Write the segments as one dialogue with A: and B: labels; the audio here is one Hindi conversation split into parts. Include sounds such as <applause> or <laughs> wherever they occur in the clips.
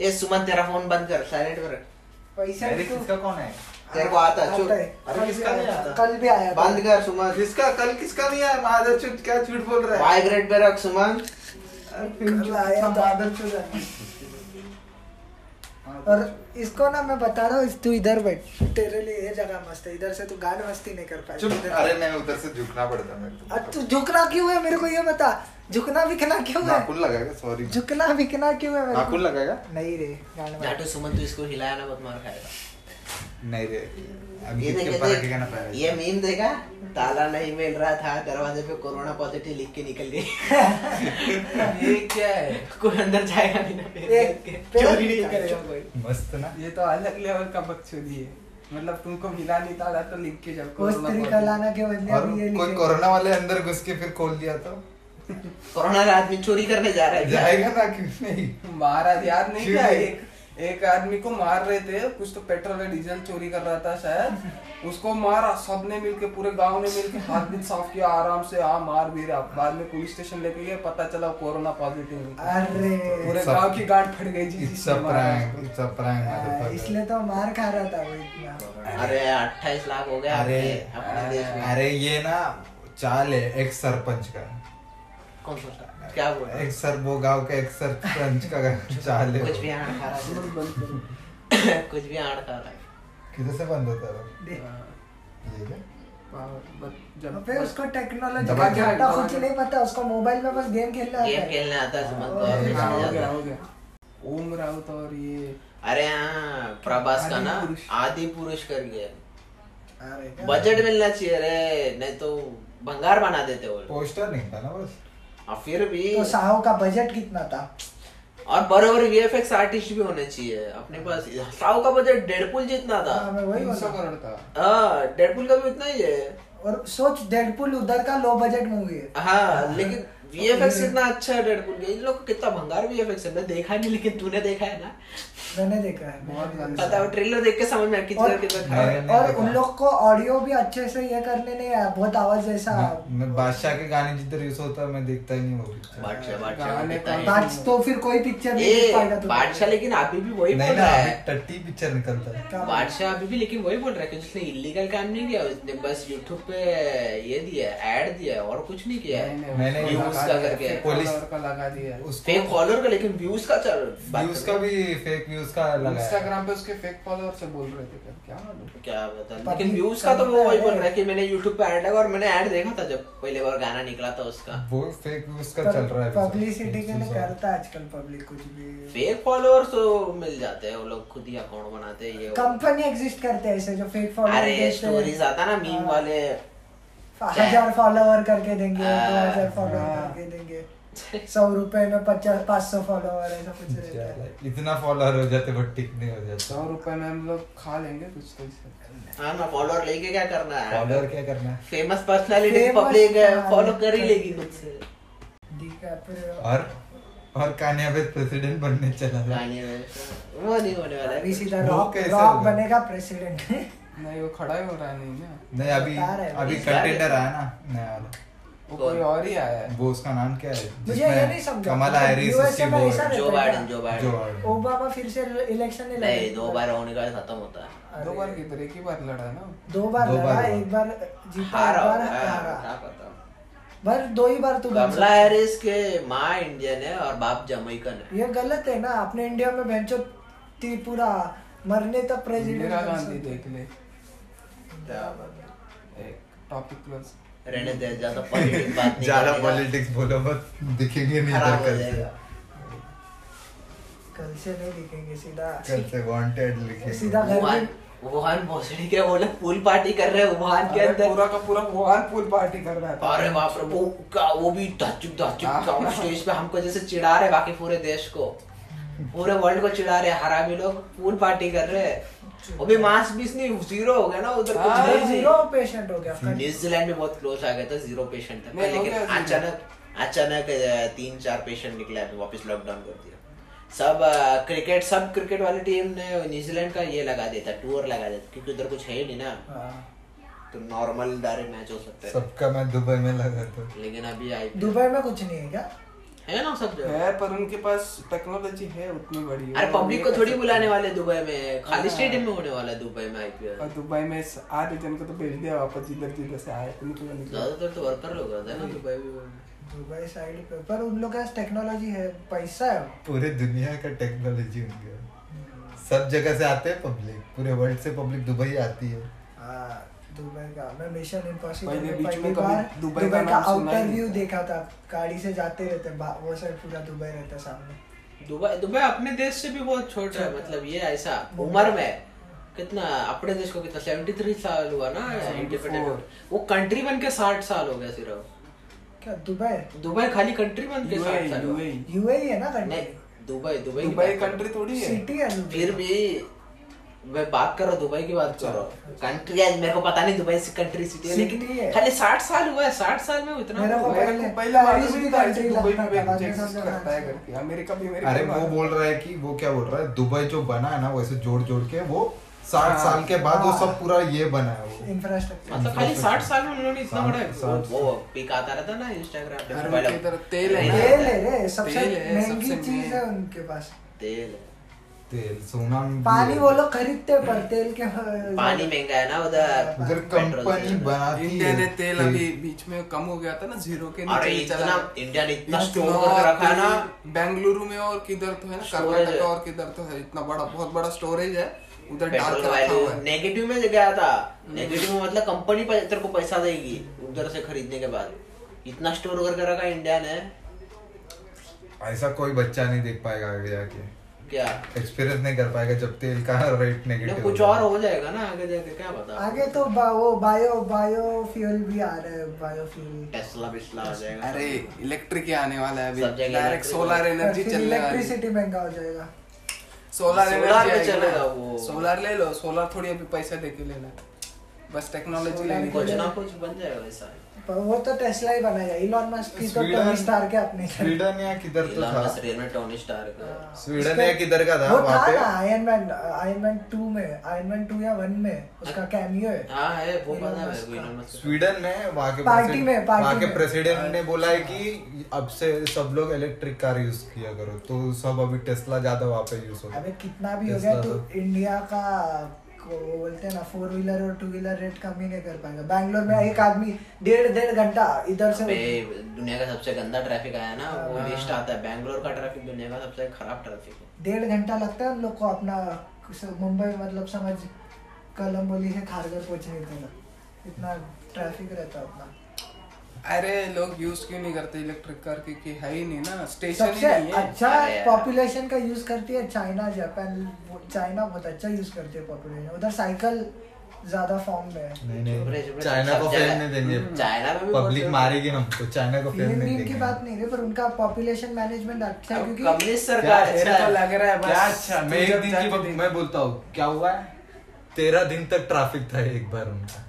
A: ए सुमन तेरा फोन बंद कर साइलेंट कर
B: पैसा तो
C: अरे
A: तो-
C: किसका कौन है
A: तेरे को आता है, चुप।
B: आता है।
C: अरे
B: कल
C: किसका
B: भी
C: नहीं
B: आया था।
C: आता?
B: कल भी आया था।
A: बंद कर सुमन
C: किसका कल किसका नहीं है माधर चुट क्या झूठ बोल रहा है
A: वाइब्रेट पे रख सुमन
B: कल आया था।
C: माधर चुट
B: और इसको ना मैं बता रहा हूँ इस- तू इधर बैठ तेरे लिए ये जगह मस्त है इधर से तू गान मस्ती नहीं कर
C: चुप
B: पाएगा
C: अरे नहीं उधर से झुकना पड़ता मेरे को
B: अब तू झुकना क्यों है मेरे को ये बता झुकना बिकना क्यों है
C: नाखून लगाएगा सॉरी
B: झुकना बिकना क्यों है मेरे को
C: नाखून लगाएगा
B: नहीं रे गान
A: जाटू तो सुमन तू इसको हिलाया ना बहुत मार खाएगा
C: नहीं रे अभी
A: ये
C: इसके
A: देखे
C: ऊपर रखेगा ना
A: देख
C: पैर
A: ये मीम देखा ताला नहीं मिल रहा था दरवाजे पे कोरोना पॉजिटिव लिख के निकल <laughs> गए
D: ये क्या है
A: कोई अंदर जाएगा नहीं ना फिर
B: एक-
A: देख के।
B: फिर-
A: चोरी नहीं करेगा कोई
C: मस्त ना
D: ये तो अलग लेवल का बकचोदी है मतलब तुमको मिला नहीं था तो लिख के जाओ
B: स्त्री का लाना के बदले
C: और
B: अब ये
C: कोई
B: लिखेगा।
C: कोरोना वाले अंदर घुस के फिर खोल दिया तो
A: कोरोना का आदमी चोरी करने जा रहा है क्या?
C: जाएगा ना क्यों नहीं
D: महाराज याद नहीं
C: क्यों
D: क्या
C: नहीं?
D: एक एक आदमी को मार रहे थे कुछ तो पेट्रोल और डीजल चोरी कर रहा था शायद उसको मारा सबने मिलके पूरे गांव ने मिलके हाथ भी साफ किया आराम से हाँ मार भी रहा बाद में पुलिस स्टेशन लेके गए पता चला कोरोना पॉजिटिव निकला
B: अरे
D: पूरे
C: सब-
D: गांव की गांठ फट गई जी
C: इट्स
D: जिसने
C: अ
D: मारा
C: प्रैंक
D: उसको।
C: इट्स अ प्रैंक
B: हाँ, इसलिए तो मार खा रहा था वो इतना
A: अरे अट्ठाईस लाख हो गया
C: अरे
A: अपने अपने देश में
C: अरे ये ना चाल है एक सरपंच का
A: कौन सा क्या बोल रहा है?
C: एक सर वो गांव का एक सरपंच का चाल है
A: कुछ भी हाँ।
C: वो।
A: आड़ खा रहा है कुछ भी आड़ खा रहा है
C: किधर से बंद होता है
B: देख,
C: ये क्या?
D: हाँ,
B: अबे उसको टेक्नोलॉजी
C: दबा
B: का
C: के
B: घाटा
D: रखा
B: कुछ
D: है।
B: नहीं पता उसको मोबाइल में बस गेम खेलना आता
A: गेम
B: है
A: खेलने आता है सुमन को
B: हाँ,
A: ऑफिस
D: हाँ,
A: में
D: हो
A: जाता
D: गया
A: है।
D: हो गया ओम राउत और ये
A: अरे हाँ प्रभास का ना
D: आदि पुरुष।
A: आदि पुरुष कर गया
B: अरे क्या-
A: बजट मिलना चाहिए रे नहीं तो भंगार बना देते वो लोग।
C: पोस्टर नहीं था ना बस
A: और फिर भी
B: तो साहो का बजट कितना था
A: और बरोबर वीएफएक्स आर्टिस्ट भी होने चाहिए अपने पास साव का बजट डेडपुल जितना था
B: हाँ, मैं वही बोल
D: 300
B: रहा
D: करोड़ था
A: हाँ डेडपुल का भी उतना ही है
B: हूँ। और सोच डेडपुल उधर का लो बजट मूवी है
A: हाँ लेकिन वीएफएक्स कितना अच्छा है डेडपुल का इन लोग को कितना भंगार वीएफएक्स है मैं देखा नहीं लेकिन तूने देखा है ना
B: मैंने देखा है
D: बहुत
B: मैंने
D: गंदा।
A: पता है ट्रेलर देख के समझ में आया कितना
B: और-
A: कितना खराब है
C: मैंने
B: देखा। और
C: देखा।
B: उन लोग को ऑडियो भी अच्छे से ये करने नहीं आया बहुत आवाज जैसा
C: मैं- मैं बादशाह के गाने जिधर यूज होता है मैं देखता ही नहीं वो picture।
A: बादशाह बादशाह
D: गाने
A: कितना
D: का-
A: है।
B: बादशाह तो फिर कोई पिक्चर नहीं देख पाएगा तो।
A: ए
B: तू
A: बादशाह लेकिन अभी भी वही
C: नहीं
A: बोल
C: ना
A: रहा
C: अभी
A: है
C: टट्टी पिक्चर निकलता है
B: क्या-
A: बादशाह अभी भी लेकिन वही बोल रहा है कि उसने इलीगल काम नहीं किया उसने बस यूट्यूब पे ये दिया ऐड दिया है, और कुछ नहीं किया है
C: मैंने
D: उसको
A: views
D: लगा
A: का
D: दिया,
A: करके
D: fake
C: पुलिस-
D: follower का लगा दिया
C: उसको
A: फेक फॉलोअर का लेकिन व्यूज का चल बात
C: व्यूज
A: कर
C: का
A: रहे
C: भी फेक व्यूज का लगा है।
D: इंस्टाग्राम पे उसके फेक फॉलोअर से बोल रहे थे क्या मालूम
A: हैं। क्या बता
B: पता
A: लेकिन
B: नहीं
A: व्यूज का तो वो वही बोल
B: है।
A: रहा है कि मैंने यूट्यूब पे ऐड लगा और मैंने ऐड देखा था जब पहले बार गाना निकला था उसका
C: वो फेक व्यूज का चल रहा है
B: पब्लिसिटी के लिए करता है आजकल पब्लिक कुछ भी
A: फेक फॉलोअर्स तो मिल जाते हैं वो लोग खुद ही अकाउंट बनाते हैं ये वो।
B: कंपनी एग्जिस्ट करते हैं ऐसे जो फेक
A: अरे स्टोरीज आता ना
B: हाँ।
A: मीम वाले
B: हजार फॉलोवर करके देंगे
A: हाँ,
B: दो हजार फॉलोवर
D: हाँ।
B: करके देंगे सौ रुपए में पचास पाँच सौ फॉलोवर ऐसा कुछ रहता है
C: है इतना फॉलोअर हो जाते बट टिक नहीं हो जाता
D: सौ रुपए में हम लोग खा लेंगे कुछ तो इससे
A: हाँ ना फॉलोअर लेके क्या करना है
C: फॉलोअर क्या करना है
A: famous personality
B: Famous
A: public follow कर ही
B: personality।
A: लेगी खुद से
B: DiCaprio।
C: और और कामयाब प्रेसिडेंट बनने चला जा
A: गाने में। वो नहीं होने वाला
B: अभी
A: है
B: सीधा
C: वो
B: रॉक
C: कैसे
B: रॉक
C: होगा?
B: बनेगा प्रेसिडेंट
D: नहीं वो खड़ा ही हो रहा है नहीं ना
C: नहीं अभी
B: बता रहे हैं।
C: अभी
A: इस बार
C: कंटेंडर आया ना नया वाला
D: वो
A: कौन?
D: कोई और ही आया है
C: वो उसका नाम क्या है
B: मुझे
C: जिसमें
B: ये नहीं समझा।
C: कमला हैरिस
B: USA
C: उसकी
B: में
C: वो
B: ऐसा
A: Joe Biden Joe
C: Joe
A: Biden
C: और-
B: ओबामा फिर से इलेक्शन नहीं
A: नहीं
B: लड़ेगा।
A: दो बार होने का खत्म होता है
B: अरे,
D: दो बार किधर एक ही बार लड़ा ना
B: दो बार
C: दो
B: लड़ा
C: बार
B: एक बार जीता एक
A: हारा हाँ।
B: बार
A: होता है, क्या
B: हारा
A: पता।
B: बार दो ही बार तू बन
A: कमला
B: सकता है।
A: हैरिस के माँ इंडियन है और बाप जमैकन है
B: ये गलत है ना अपने इंडिया में बेंचो पूरा मरने तक प्रेसिडेंट
D: इंदिरा गांधी देख ले
A: क्या पता।
D: एक टॉपिक प्लस
A: रहने दे ज्यादा पॉलिटिक्स बात नहीं
C: ज्यादा
A: करने का।
C: पॉलिटिक्स बोलो मत दिखेंगे नहीं
A: खराब
C: इधर
A: हो
C: कल से
A: जाएगा।
B: कल से नहीं दिखेंगे सीधा
C: कल से वांटेड लिखे
B: अच्छा। सीधा घर
A: वुहान
B: में-
A: वुहान भोसड़ी के वो लोग पूल पार्टी कर रहे हैं वुहान के
D: अरे
A: अंदर
D: पूरा का पूरा वुहान पूल पार्टी कर रहा था
A: अरे बाप रे वो का वो भी धचुक
D: हाँ।
A: धचुक का स्टेज पे हमको जैसे चिढ़ा रहे बाकी पूरे देश को पूरे वर्ल्ड को चिढ़ा रहे हरामी लोग पूल पार्टी कर रहे हैं वो भी मास बीस नहीं जीरो हो गया ना उधर कुछ
D: हाँ,
A: नहीं
B: जीरो पेशेंट हो गया
A: न्यूजीलैंड में बहुत क्लोज आ गया था जीरो पेशेंट तक
D: नहीं, हो
A: लेकिन
D: गया जीरो।
A: अचानक अचानक अ, तीन चार पेशेंट निकले अभी वापस लॉकडाउन कर दिया सब क्रिकेट सब क्रिकेट वाली टीम ने न्यूजीलैंड का ये लगा देता टूर लगा देता क्योंकि उधर कुछ है ही नहीं ना
B: हाँ।
A: तो नॉर्मल डायरेक्ट मैच हो सकते हैं
C: सबका मैं दुबई में लगा था
A: लेकिन अभी आई
B: दुबई में कुछ नहीं है क्या
A: है ना सब जगह
D: है पर उनके पास टेक्नोलॉजी है उतनी बड़ी
A: अरे
D: वो
A: पब्लिक
D: ये
A: को
D: कर
A: थोड़ी
D: सकते
A: बुलाने
D: हैं।
A: वाले दुबई में खाली
D: हाँ।
A: स्टेडियम में होने वाला है दुबई में आईपीएल
D: और दुबई में इस आधे जन को तो भेज दिया वापस जिधर जिधर से आए थे निकले निकले
A: ज्यादातर तो वर्कर लोग रहते हैं ना दुबई में
B: दुबई साइड पे पर उन लोग के पास टेक्नोलॉजी है पैसा है
C: पूरे दुनिया का टेक्नोलॉजी उनके पास। सब जगह से आते हैं पब्लिक पूरे वर्ल्ड से पब्लिक दुबई आती है
B: हाँ, दुबई का मैं मिशन इम्पॉसिबल
D: पहले
B: में
D: बीच में
B: पहली
D: कभी
B: बार
D: दुबई
B: दुबई
D: का
B: का
D: नाम सुना ही
B: आउटर
D: नहीं
B: व्यू
D: था।
B: देखा था गाड़ी से जाते रहते बा- वो साइड पूरा दुबई रहता सामने
A: दुबई दुबई अपने देश से भी बहुत छोटा है मतलब ये ऐसा उम्र में है। कितना अपने देश को कितना 73 साल हुआ ना
D: हाँ,
A: इंडिपेंडेंट होके। वो कंट्री बन के 60 साल हो गया सिर्फ
B: क्या दुबई
A: दुबई खाली कंट्री बन के 60 साल हुआ।
D: यूएई
B: यूएई है ना
A: नहीं
B: कंट्री
A: दुबई दुबई की
D: दुबई
A: बात कर-
D: कंट्री थोड़ी है
B: सिटी है दुबई
A: फिर भी मैं बात कर रहा हूँ दुबई की बात कर रहा हूँ कंट्री है मेरे को पता नहीं दुबई से कंट्री सिटी है
B: City
A: लेकिन
B: है।
A: खाली 60 साल हुआ है 60 साल में वो इतना
B: मेरा
A: हुआ है।
B: पता
D: मेरे को
B: पहले-
D: पहले
B: पेरिस
D: मालूम
B: भी
D: ही था ऐसे
B: country
D: दुबई
B: लगता
D: में
B: था, बाद में
D: exist
B: समझा
D: करता है
B: था।
D: करके अमेरिका भी अमेरिका
C: अरे
D: भी
C: वो
D: मालूम
C: बोल रहा है कि वो क्या बोल रहा है दुबई जो बना है ना वैसे जोड़ जोड़ के वो
B: हाँ,
C: साठ साल के बाद वो सब पूरा ये बना है वो
B: इंफ्रास्ट्रक्चर
A: मतलब खाली 60 साल में उन्होंने इतना
C: साठ-
A: बड़ा
C: साठ-
A: वो- वो पिक आता रहता ना इंस्टाग्राम पे
D: अरे
A: मोबाइल
D: उनके इधर तेल है ना।
B: तेल है रे सबसे
D: तेल है,
B: महंगी
D: सबसे
B: चीज है
D: main।
B: उनके पास
A: तेल
C: तेल सोना भी
B: पानी
C: है।
B: वो लोग खरीदते हैं, पर तेल के
A: पानी महंगा है ना उधर
C: उधर
A: पेट्रोल से
C: कंपनी
A: ज्यादा।
C: बनाती है
D: इंडिया ने तेल अभी बीच में कम हो गया था ना जीरो के
A: अरे
D: नीचे
A: इतना- इंडिया ने इतना
D: इतना
A: store करके रखा है ना।
D: तेल- बेंगलुरु में और किधर तो है ना
A: Storage है।
D: कर्नाटक और किधर तो है इतना बड़ा बहुत बड़ा स्टोरेज है उधर डाल
A: पेट्रोल
D: के
A: का
D: रखा हुआ
A: वैल्यू
D: है
A: नेगेटिव में गया था नेगेटिव में मतलब कंपनी पर तेरे को पैसा देगी उधर से खरीदने के बाद इतना स्टोर करके रखा इंडिया ने
C: ऐसा कोई बच्चा नहीं देख पाएगा आगे जाके
A: क्या
C: एक्सपीरियंस नहीं कर पाएगा जब तेल का रेट
A: नहीं,
C: नेगेटिव
A: कुछ और हो जाएगा ना आगे जाके क्या पता
B: आगे तो बा, वो बायो बायो फ्यूल भी आ रहा है बायो फ्यूल
A: टेस्ला बिस्ला हो जाएगा
D: अरे इलेक्ट्रिक ही आने वाला है
A: सब
D: अभी
A: जगह
D: डायरेक्ट
A: electric
D: सोलर एनर्जी चलने वाली है।
B: इलेक्ट्रिसिटी महंगा हो जाएगा
D: सोलर
A: Solar
D: एनर्जी
A: पे
D: आएगी
A: चलेगा
D: ना।
A: वो।
D: सोलर ले लो सोलर थोड़ी अभी पैसा दे के लेना है। बस टेक्नोलॉजी
B: Solar
D: लेनी
A: कुछ
D: है।
A: ना कुछ बन जाएगा ऐसा
B: पर वो तो टेस्ला ही बनाएगा इलॉन मस्क की तो टोनी स्टार के अपने
C: स्वीडन या किधर तो
A: Elon Musk
C: था
A: real में Tony Stark है।
B: हाँ।
C: स्वीडन या किधर का था
B: वो था
C: वहाँ
B: ना
C: पे
B: आयरन मैन आयरन मैन 2 में आयरन मैन 2 या 1 में उसका कैमियो है
A: हाँ है वो
B: Elon
A: पता है
B: Musk
A: वो
B: का।
A: Elon Musk का।
C: स्वीडन में वहाँ के
B: पार्टी
C: president-
B: में, पार्टी
C: वहाँ के
B: में।
C: प्रेसिडेंट ने बोला है कि अब से सब लोग इलेक्ट्रिक कार यूज किया करो तो सब अभी टेस्ला ज्यादा वहाँ पे यूज होता
B: अबे
C: है
B: कितना भी हो गया
C: Tesla
B: तो
C: तो-
B: इंडिया का को वो बोलते हैं ना फोर व्हीलर और टू व्हीलर रेट कम ही नहीं कर पाएगा बैंगलोर में एक आदमी डेढ़ डेढ़ घंटा इधर से हाँ।
A: अबे, दुनिया का सबसे गंदा ट्रैफिक आया ना वो वेस्ट आता है बैंगलोर का ट्रैफिक दुनिया का सबसे खराब ट्रैफिक है
B: डेढ़ घंटा लगता है उन लोग को अपना स- मुंबई मतलब समझ कलम्बोली से खारगर पहुंचने तक इतना ट्रैफिक रहता है अपना
D: अरे लोग यूज क्यों नहीं करते इलेक्ट्रिक कार क्योंकि है ही नहीं ना स्टेशन ही
B: सबसे
D: नहीं है
B: अच्छा
A: अरे यार।
B: पॉपुलेशन का यूज करती है चाइना जापान वो- चाइना बहुत अच्छा यूज करती है पॉपुलेशन उधर साइकिल ज्यादा फॉर्म में है
C: नहीं
A: चुप रहे,
C: नहीं
A: चुप रहे,
C: चाइना
A: सब
C: को
A: जगह-
C: फेम नहीं देंगे
A: हम्म, चाइना में भी बहुत
C: पब्लिक
A: लोग-
C: मारेगी ना हमको चाइना को फेम
B: पीएम
C: नहीं
B: की
C: देंगे
B: बात नहीं है पर उनका पॉपुलेशन मैनेजमेंट अच्छा है
A: अब
B: क्योंकि
A: कम्युनिस्ट सरकार
C: क्या
A: अच्छा
D: मेरे को
A: है।
D: लग रहा है
C: क्या
D: बस
C: अच्छा
D: तू
C: मैं एक
D: जब
C: दिन की
D: जाके
C: बात-
D: देख।
C: मैं बोलता हूँ क्या हुआ है तेरह दिन तक ट्रैफिक था एक बार उनका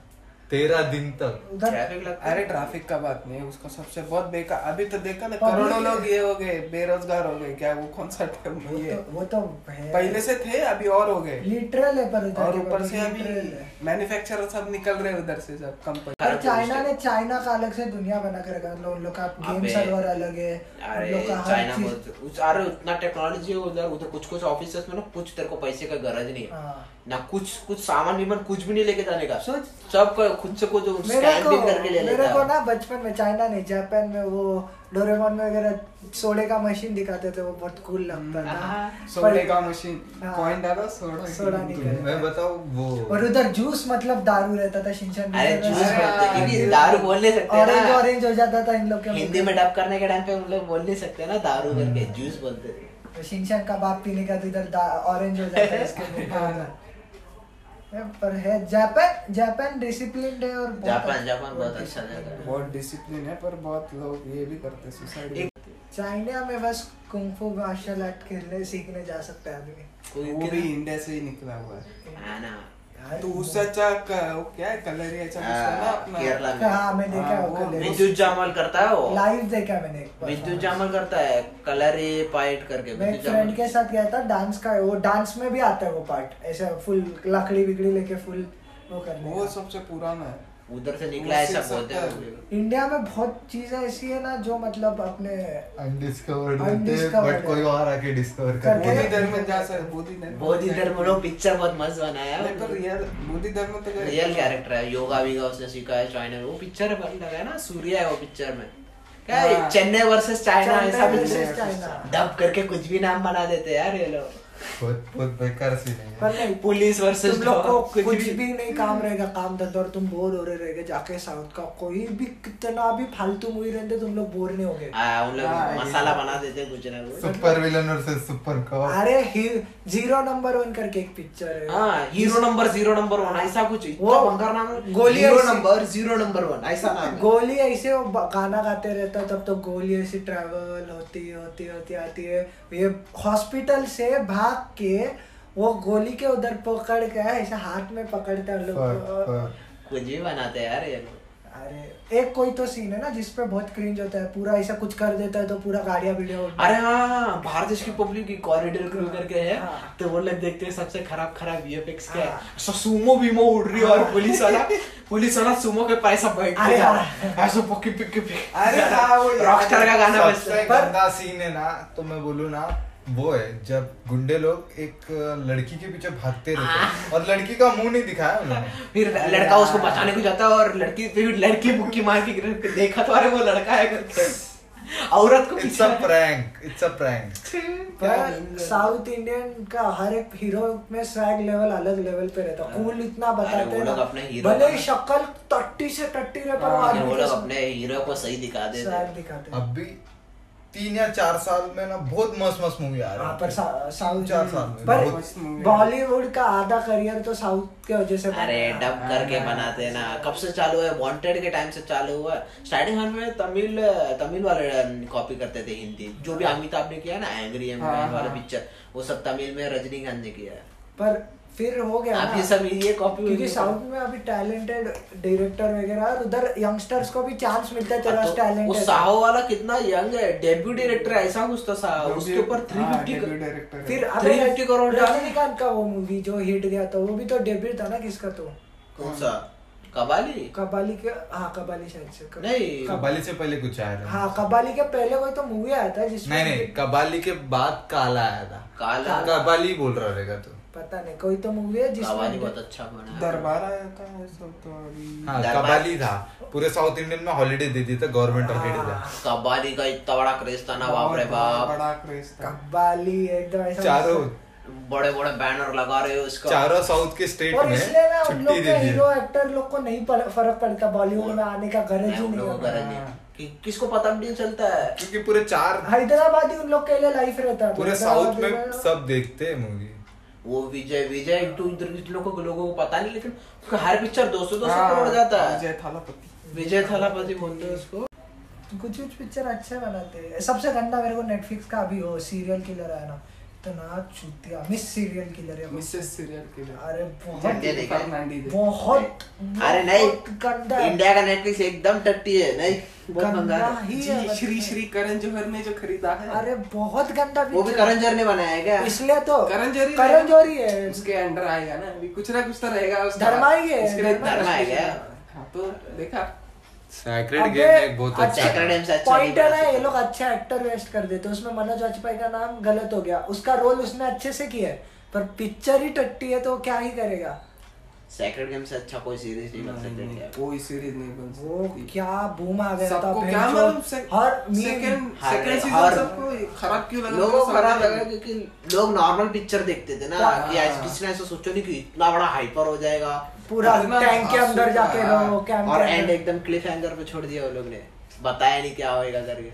C: तेरह दिन तक
B: उधर
A: ट्रैफिक लगता है।
D: अरे ट्रैफिक का बात नहीं उसका सबसे बहुत बेकार अभी तो देखा ना
B: Public-
D: करोड़ों लोग ये हो गए बेरोजगार हो गए क्या वो कौन सा term
B: वो
D: है ये
B: तो वो तो है
D: पहले से थे अभी और हो गए
B: लिटरल है पर उधर
D: और
B: के
D: ऊपर
B: public
D: से अभी
B: literal है।
D: मैन्युफैक्चरर सब निकल रहे हैं उधर से सब कंपनी
B: पर
A: खराब
B: चाइना
A: दोस्त
B: ने चाइना का अलग से दुनिया बना के रखा मतलब उन लोग का गेम
A: अबे,
B: सर्वर अलग है उन
A: अरे
B: लोग का हर
A: चाइना
B: चीज
A: बहुत उस- अरे उतना टेक्नोलॉजी है उधर उधर कुछ कुछ ऑफिसर्स में ना कुछ तेरे को पैसे का गरज नहीं है
B: हाँ।
A: ना कुछ कुछ सामान वीमान कुछ भी नहीं लेके जाने का
B: सोच-
A: सब का- खुद से कुछ
B: मेरे
A: स्कैन
B: को
A: भी करके ले
B: मेरे
A: लेता
B: को
A: है।
B: ना बचपन में चाइना नहीं जापान में वो डोरेमोन में वगैरह सोडे का मशीन दिखाते थे वो बहुत कूल लगता था
A: हाँ।
D: सोने का मशीन
B: हाँ।
D: कॉइन डालो सोडा
B: सोडा
D: की-
B: निकल-
C: मैं बताऊं वो
B: और उधर जूस मतलब दारू रहता था शिनचैन में
A: अरे
B: रहता
A: जूस
B: था।
D: अरे
A: बोलते हैं,
D: यार,
A: क्योंकि दारू बोल नहीं सकते
B: ऑरेंज
A: ना
B: ऑरेंज हो जाता था इन लोग के
A: हिंदी में डब करने के टाइम पे हम लोग बोल नहीं सकते ना दारू
B: हम्म।
A: करके जूस बोलते थे
B: तो शिनचैन का बाप पीने का तो इधर ऑरेंज हो जाता
A: <laughs>
B: है इसके मुंह पे उधर। है, पर है जापान जापान डिसिप्लिन है और बहुत
A: जापान
B: अच्छा-
A: जापान बहुत अच्छा जगह है
D: बहुत डिसिप्लिन है पर बहुत लोग ये भी करते सुसाइड
B: चाइना में बस कुंफू मार्शल आर्ट खेलने सीखने जा सकता है आदमी
A: कोई
D: वो
A: के
D: भी इंडिया से ही निकला हुआ है
A: हाँ ना
B: यार,
D: तो उससे अच्छा क- वो क्या है कलरिया अच्छा गुस्सा ना
A: हाँ, केरला
D: अपना
B: हाँ मैं देखा
D: हाँ,
B: है
D: वो
B: वो
A: विद्युत जामल करता है वो
B: लाइव देखा है मैंने एक बार।
A: विद्युत जामल करता है कलर पाइट करके
B: मैं
A: विद्युत
B: एक फ्रेंड
A: जामल
B: के साथ गया था डांस का वो डांस में भी आता है वो पार्ट ऐसे फुल लकड़ी विकड़ी लेके फुल वो करने
D: वो
B: का।
D: सबसे पुराना है
A: उधर से निकला
D: वो
A: ऐसा
D: सीख
A: बोलते
D: सकता
A: हैं
D: है।
B: इंडिया में बहुत चीजें ऐसी है ना जो मतलब अपने
C: अनडिस्कवर्ड
B: Undiscovered
C: बट कोई
B: है।
C: और आके डिस्कवर
B: करते
C: कर
D: बोधी
B: हैं।
D: धर्म में जा सर बोधी धर्म
A: बहुत ही धर्म लोग पिक्चर बहुत मस्त बनाया
D: नहीं तो रियल बोधी धर्म में तो गए।
A: रियल कैरेक्टर है योगा वीगा उसने सीखा है चाइना में वो पिक्चर बन लगा है ना सूर्य है वो पिक्चर में क्या है,
D: हाँ।
A: चेन्नई वर्सेस चाइना ऐसा
B: Chennai versus
A: picture
B: China।
A: Dub करके कुछ भी नाम बना देते हैं यार ये लोग
C: बहुत बहुत बेकार सीन है
B: पर नहीं
A: पुलिस वर्सेस
B: तुम लोग को कुछ भी नहीं काम रहेगा काम धंधा और तुम बोर हो रहे रहेगा जाके साउथ का कोई भी कितना भी फालतू मूवी रहते तुम लोग बोर नहीं होंगे
A: हाँ, उन लोग
D: हाँ, ये-
A: मसाला बना देते हैं कुछ ना कुछ
C: super villain versus super cop
B: अरे ही- जीरो नंबर वन करके एक पिक्चर है
A: हाँ hero number zero number one ऐसा कुछ
B: वो
A: इतना भंगार नाम
B: गोली
A: हीरो
B: ऐसी-
A: नंबर जीरो नंबर वन ऐसा नाम है।
B: गोली ऐसे वो ब- गाना गाते रहता है, तब तो गोली ऐसी ट्रैवल होती होती होती आती है ये हॉस्पिटल से भाग के वो गोली के उधर पकड़ के ऐसे हाथ में पकड़ते हैं लोग
A: हाँ,
B: को।
A: कुछ भी बनाते हैं यार ये लोग
B: अरे एक कोई तो सीन है ना जिसपे बहुत क्रिंज होता है पूरा ऐसा कुछ कर देता है तो पूरा गाड़िया वीडियो
A: अरे हाँ, हाँ भारत देश की पब्लिक की कॉरिडोर क्रू करके है
B: हाँ।
A: तो वो लोग देखते हैं सबसे खराब खराब वीएफएक्स क्या
B: हाँ।
A: है सो सुमो बीमो उड़ रही है और पुलिस वाला पुलिस वाला सुमो के पैसा बैठ
B: अरे
A: गया
B: हाँ।
A: ऐसे पक्की पिक्की पिक
D: अरे हाँ, वो याद
A: रॉकस्टार का गाना बजता
C: सबसे
A: है
C: गंदा सीन है ना तो मैं बोलूँ ना वो है जब गुंडे लोग एक लड़की के पीछे भागते रहते
B: हाँ।
C: हैं और लड़की का मुंह नहीं दिखाया
B: <laughs>
C: उन्होंने
A: फिर लड़का उसको बचाने को जाता है और लड़की फिर लड़की मुक्की मार के गिर के देखा तो अरे वो लड़का है करके औरत को
C: इट्स
A: पीछे
C: a prank it's a prank
B: south Indian का हर एक हीरो में स्वैग लेवल अलग लेवल पे रहता है कूल इतना बताते
A: हाँ। अरे
B: हैं
A: वो
B: ना,
A: लोग अपने hero
B: भले
A: का-
B: ही शक्ल टट्टी से टट्टी रहे पर वो
D: हाँ,
A: अरे वो
B: आदमी
A: लोग
B: का
A: अपने हीरो को सही दिखा देते
B: स्वैग
A: हैं।
B: दिखाते हैं
C: अब भी तीन या चार साल में ना बहुत मस्त मस्त मूवी आ रही
B: हाँ,
C: है
B: पर सा- साउथ
C: चार साल में
B: पर
C: बहुत
D: मस्त movie है।
B: बॉलीवुड का आधा करियर तो साउथ के वजह से बना
A: अरे
B: है।
A: डब
D: हाँ,
A: करके बनाते हैं ना कब से चालू है वांटेड के टाइम से चालू हुआ स्टार्टिंग में तमिल तमिल वाले कॉपी करते थे हिंदी जो भी अमिताभ ने किया ना एंग्री एम
D: हाँ,
A: वाला
D: हाँ।
A: पिक्चर वो सब तमिल में रजनीकांत ने किया है
B: पर फिर हो गया
A: अब
B: ना,
A: ये सब ये copy
B: क्योंकि
A: वगैरह-
B: साउथ में अभी टैलेंटेड डायरेक्टर वगैरह और उधर यंगस्टर्स को भी चांस मिलता है चलो
A: तो वो
B: टैलेंटेड
A: साहो वाला कितना यंग है डेब्यू डायरेक्टर ऐसा कुछ था साहो
D: Debut-
A: उसके ऊपर थ्री
D: हाँ, debut
A: फिफ्टी
D: director है।
B: फिर
A: 350 करोड़ डाले।
B: रजनीकांत का वो मूवी जो हिट गया था वो भी तो डेब्यू था ना किसका तो
A: कौन सा कबाली
B: कबाली के हाँ कबाली शायद से कब-
A: नहीं।
C: कबाली से पहले कुछ आया था
B: हाँ कबाली के पहले कोई तो मूवी आया था जिसमें
C: नहीं नहीं कबाली के बाद काला आया था
A: काला।
C: कबाली बोल रहा रहेगा तो
B: पता नहीं कोई तो मूवी है
A: कबाली बहुत
B: जिसमें
A: अच्छा बना है।
D: दरबार आया था ये सब तो अभी
C: हाँ
A: दरबार।
C: कबाली था पूरे साउथ इंडियन में हॉलीडे दे दी था गवर्नमेंट
B: हाँ।
C: हॉलीडे था
A: कबाली का इतना बड़ा क्रेज था ना बाप रे
D: बहुत
A: बाप
D: बड़ा क्रेज था
B: कबाली एकदम तो ऐसा
C: चारों
A: बड़े बड़े बैनर लगा रहे हो उसका
C: चारों साउथ के स्टेट
B: और
C: में
B: इसलिए ना उन
C: छुट्टी
B: लोग
C: दे
B: का
C: दी
B: हीरो एक्टर लोग को नहीं पड़- फर्क पड़ता बॉलीवुड में आने का गरज
A: नहीं,
B: ही
A: उन
B: नहीं
A: लोगों को
B: होता।
A: गरज नहीं। कि- किसको पता भी नहीं चलता है
C: क्योंकि पूरे चार
B: हाँ, हैदराबाद ही उन लोग के लिए लाइफ रहता है
C: पूरे
B: हैदराबाद
C: साउथ में
B: में-
C: सब देखते हैं मूवी
A: वो विजय विजय तो इधर के लोगों को लोगों को पता नहीं लेकिन उसका हर पिक्चर 200 200
D: हाँ,
A: करोड़ जाता है
D: विजय थालापति
A: विजय थालापति बोलते हैं उसको
B: कुछ कुछ पिक्चर अच्छे अच्छा बनाते हैं सबसे गंदा मेरे को नेटफ्लिक्स का अभी हो सीरियल किलर आया ना इतना चुतिया मिस सीरियल किलर है
D: मिसेस सीरियल के लिए
B: अरे बहुत
A: झंडे देखे।
D: फर्नांडीज
B: बहुत
A: अरे
B: बहुत गंदा
A: नहीं
B: है।
A: इंडिया का नेटफ्लिक्स एकदम टट्टी है नहीं बहुत
B: गंदा
A: मंगा है
B: ही है
D: जी
B: मतलब।
D: श्री श्री करण जौहर ने जो खरीदा है
B: अरे बहुत गंदा
A: वो भी
B: picture
A: करण जौहर ने बनाया है क्या
B: है। इसलिए तो
D: करण जौहर ही
B: करण
D: रहेगा।
B: जौहर ही है
D: उसके अंडर आएगा ना अभी कुछ ना कुछ तो रहेगा उसका
B: धर्मा ही है,
D: उसके लिए
B: धर्मा
D: धर्मा
A: है क्या?
D: हाँ तो देखा
C: सैक्रेड गेम एक बहुत
A: अच्छा-
C: अच्छा
A: Sacred Game से अच्छा नहीं
B: पॉइंट है
A: बना
B: ना ये
A: सकता।
B: लोग अच्छा एक्टर वेस्ट कर देते हैं। उसमें मनोज वाजपेयी का नाम गलत हो गया उसका रोल उसने अच्छे से किया है पर पिक्चर ही टट्टी है तो क्या ही करेगा
A: सेक्रेड गेम से अच्छा कोई सीरीज नहीं बन सकती क्या
D: कोई सीरीज नहीं बन
B: वो
D: सकती
B: क्या बूम आ गया था
D: सबको क्या
B: बहनचोद।
D: मालूम
B: हर meme-
D: सेकंड
A: हर-
D: सेकंड
A: हर-
D: सीजन सबको खराब क्यों लगा
A: लोगों को
D: समझ
A: खराब
D: नहीं
A: लगा
D: आया।
A: क्योंकि लोग नॉर्मल पिक्चर देखते थे ना
B: हाँ।
A: कि आज किसी ने ऐसा सोचो नहीं कि इतना बड़ा हाइपर हो जाएगा
B: पूरा
D: इतना
B: टैंक के अंदर
D: आंसू
B: जाके
D: बहा।
B: रहो
A: और एंड एकदम क्लिफ हैंगर पे छोड़ दिया वो लोग ने बताया नहीं क्या होएगा करके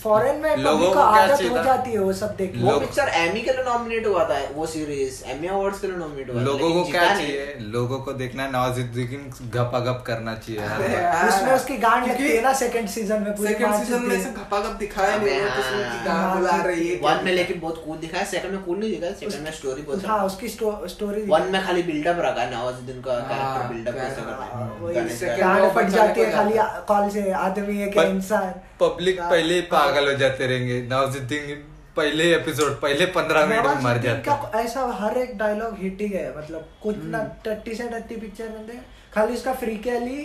B: फॉरेन में
C: लोगों
B: लोगों को
C: को क्या
B: आदत
C: चाहिए
B: हो
C: था?
B: जाती है वो सब देख
A: वो
C: लोग-
A: पिक्चर एमी के लिए नॉमिनेट हुआ था वो सीरीज एमी अवार्ड्स के लिए नॉमिनेट हुआ था,
C: लोगों
A: लेकिन
C: को क्या
A: जीता नहीं।
C: चाहिए लोगों को देखना है नवाजुद्दीन गपा गप करना चाहिए हर
D: अरे
C: बार।
D: यार।
B: उसमें उसकी गांड
D: क्योंकि
B: लगती है ना सेकंड सीजन में पूरी
D: सेकंड
B: मार
D: सीजन में
B: देती
D: ऐसे
B: है।
D: घपाघप दिखाया नहीं है तो
A: हाँ।
D: किसमें की कहाँ बुला रही है
A: वन में लेकिन बहुत कूल दिखाया सेकंड में कूल नहीं दिखाया सेकंड में स्टोरी बहुत
B: हाँ उसकी स्टो- स्टोरी
A: वन में खाली बिल्डअप रखा है नवाजुद्दीन का
D: हाँ,
A: कैरेक्टर बिल्डअप
D: हाँ,
A: कैसे करना
D: हाँ,
A: है
D: वही
A: गणेश
D: second-
A: का।
B: गांड
D: वो
B: फट
D: बचाने
B: जाती
D: को
B: है खाली
D: जाता
B: कॉल से आदमी एक
C: पर-
B: इंसान
C: पब्लिक
B: हाँ।
C: पहले ही पागल हो जाते रहेंगे नवाजुद्दीन पहले एपिसोड पहले पंद्रह मिनट में मर
B: नवाज
C: जाते
B: का ऐसा हर एक डायलॉग हिट ही है मतलब कुछ ना टट्टी से टट्टी पिक्चर में दे खाली उसका फ्री के अली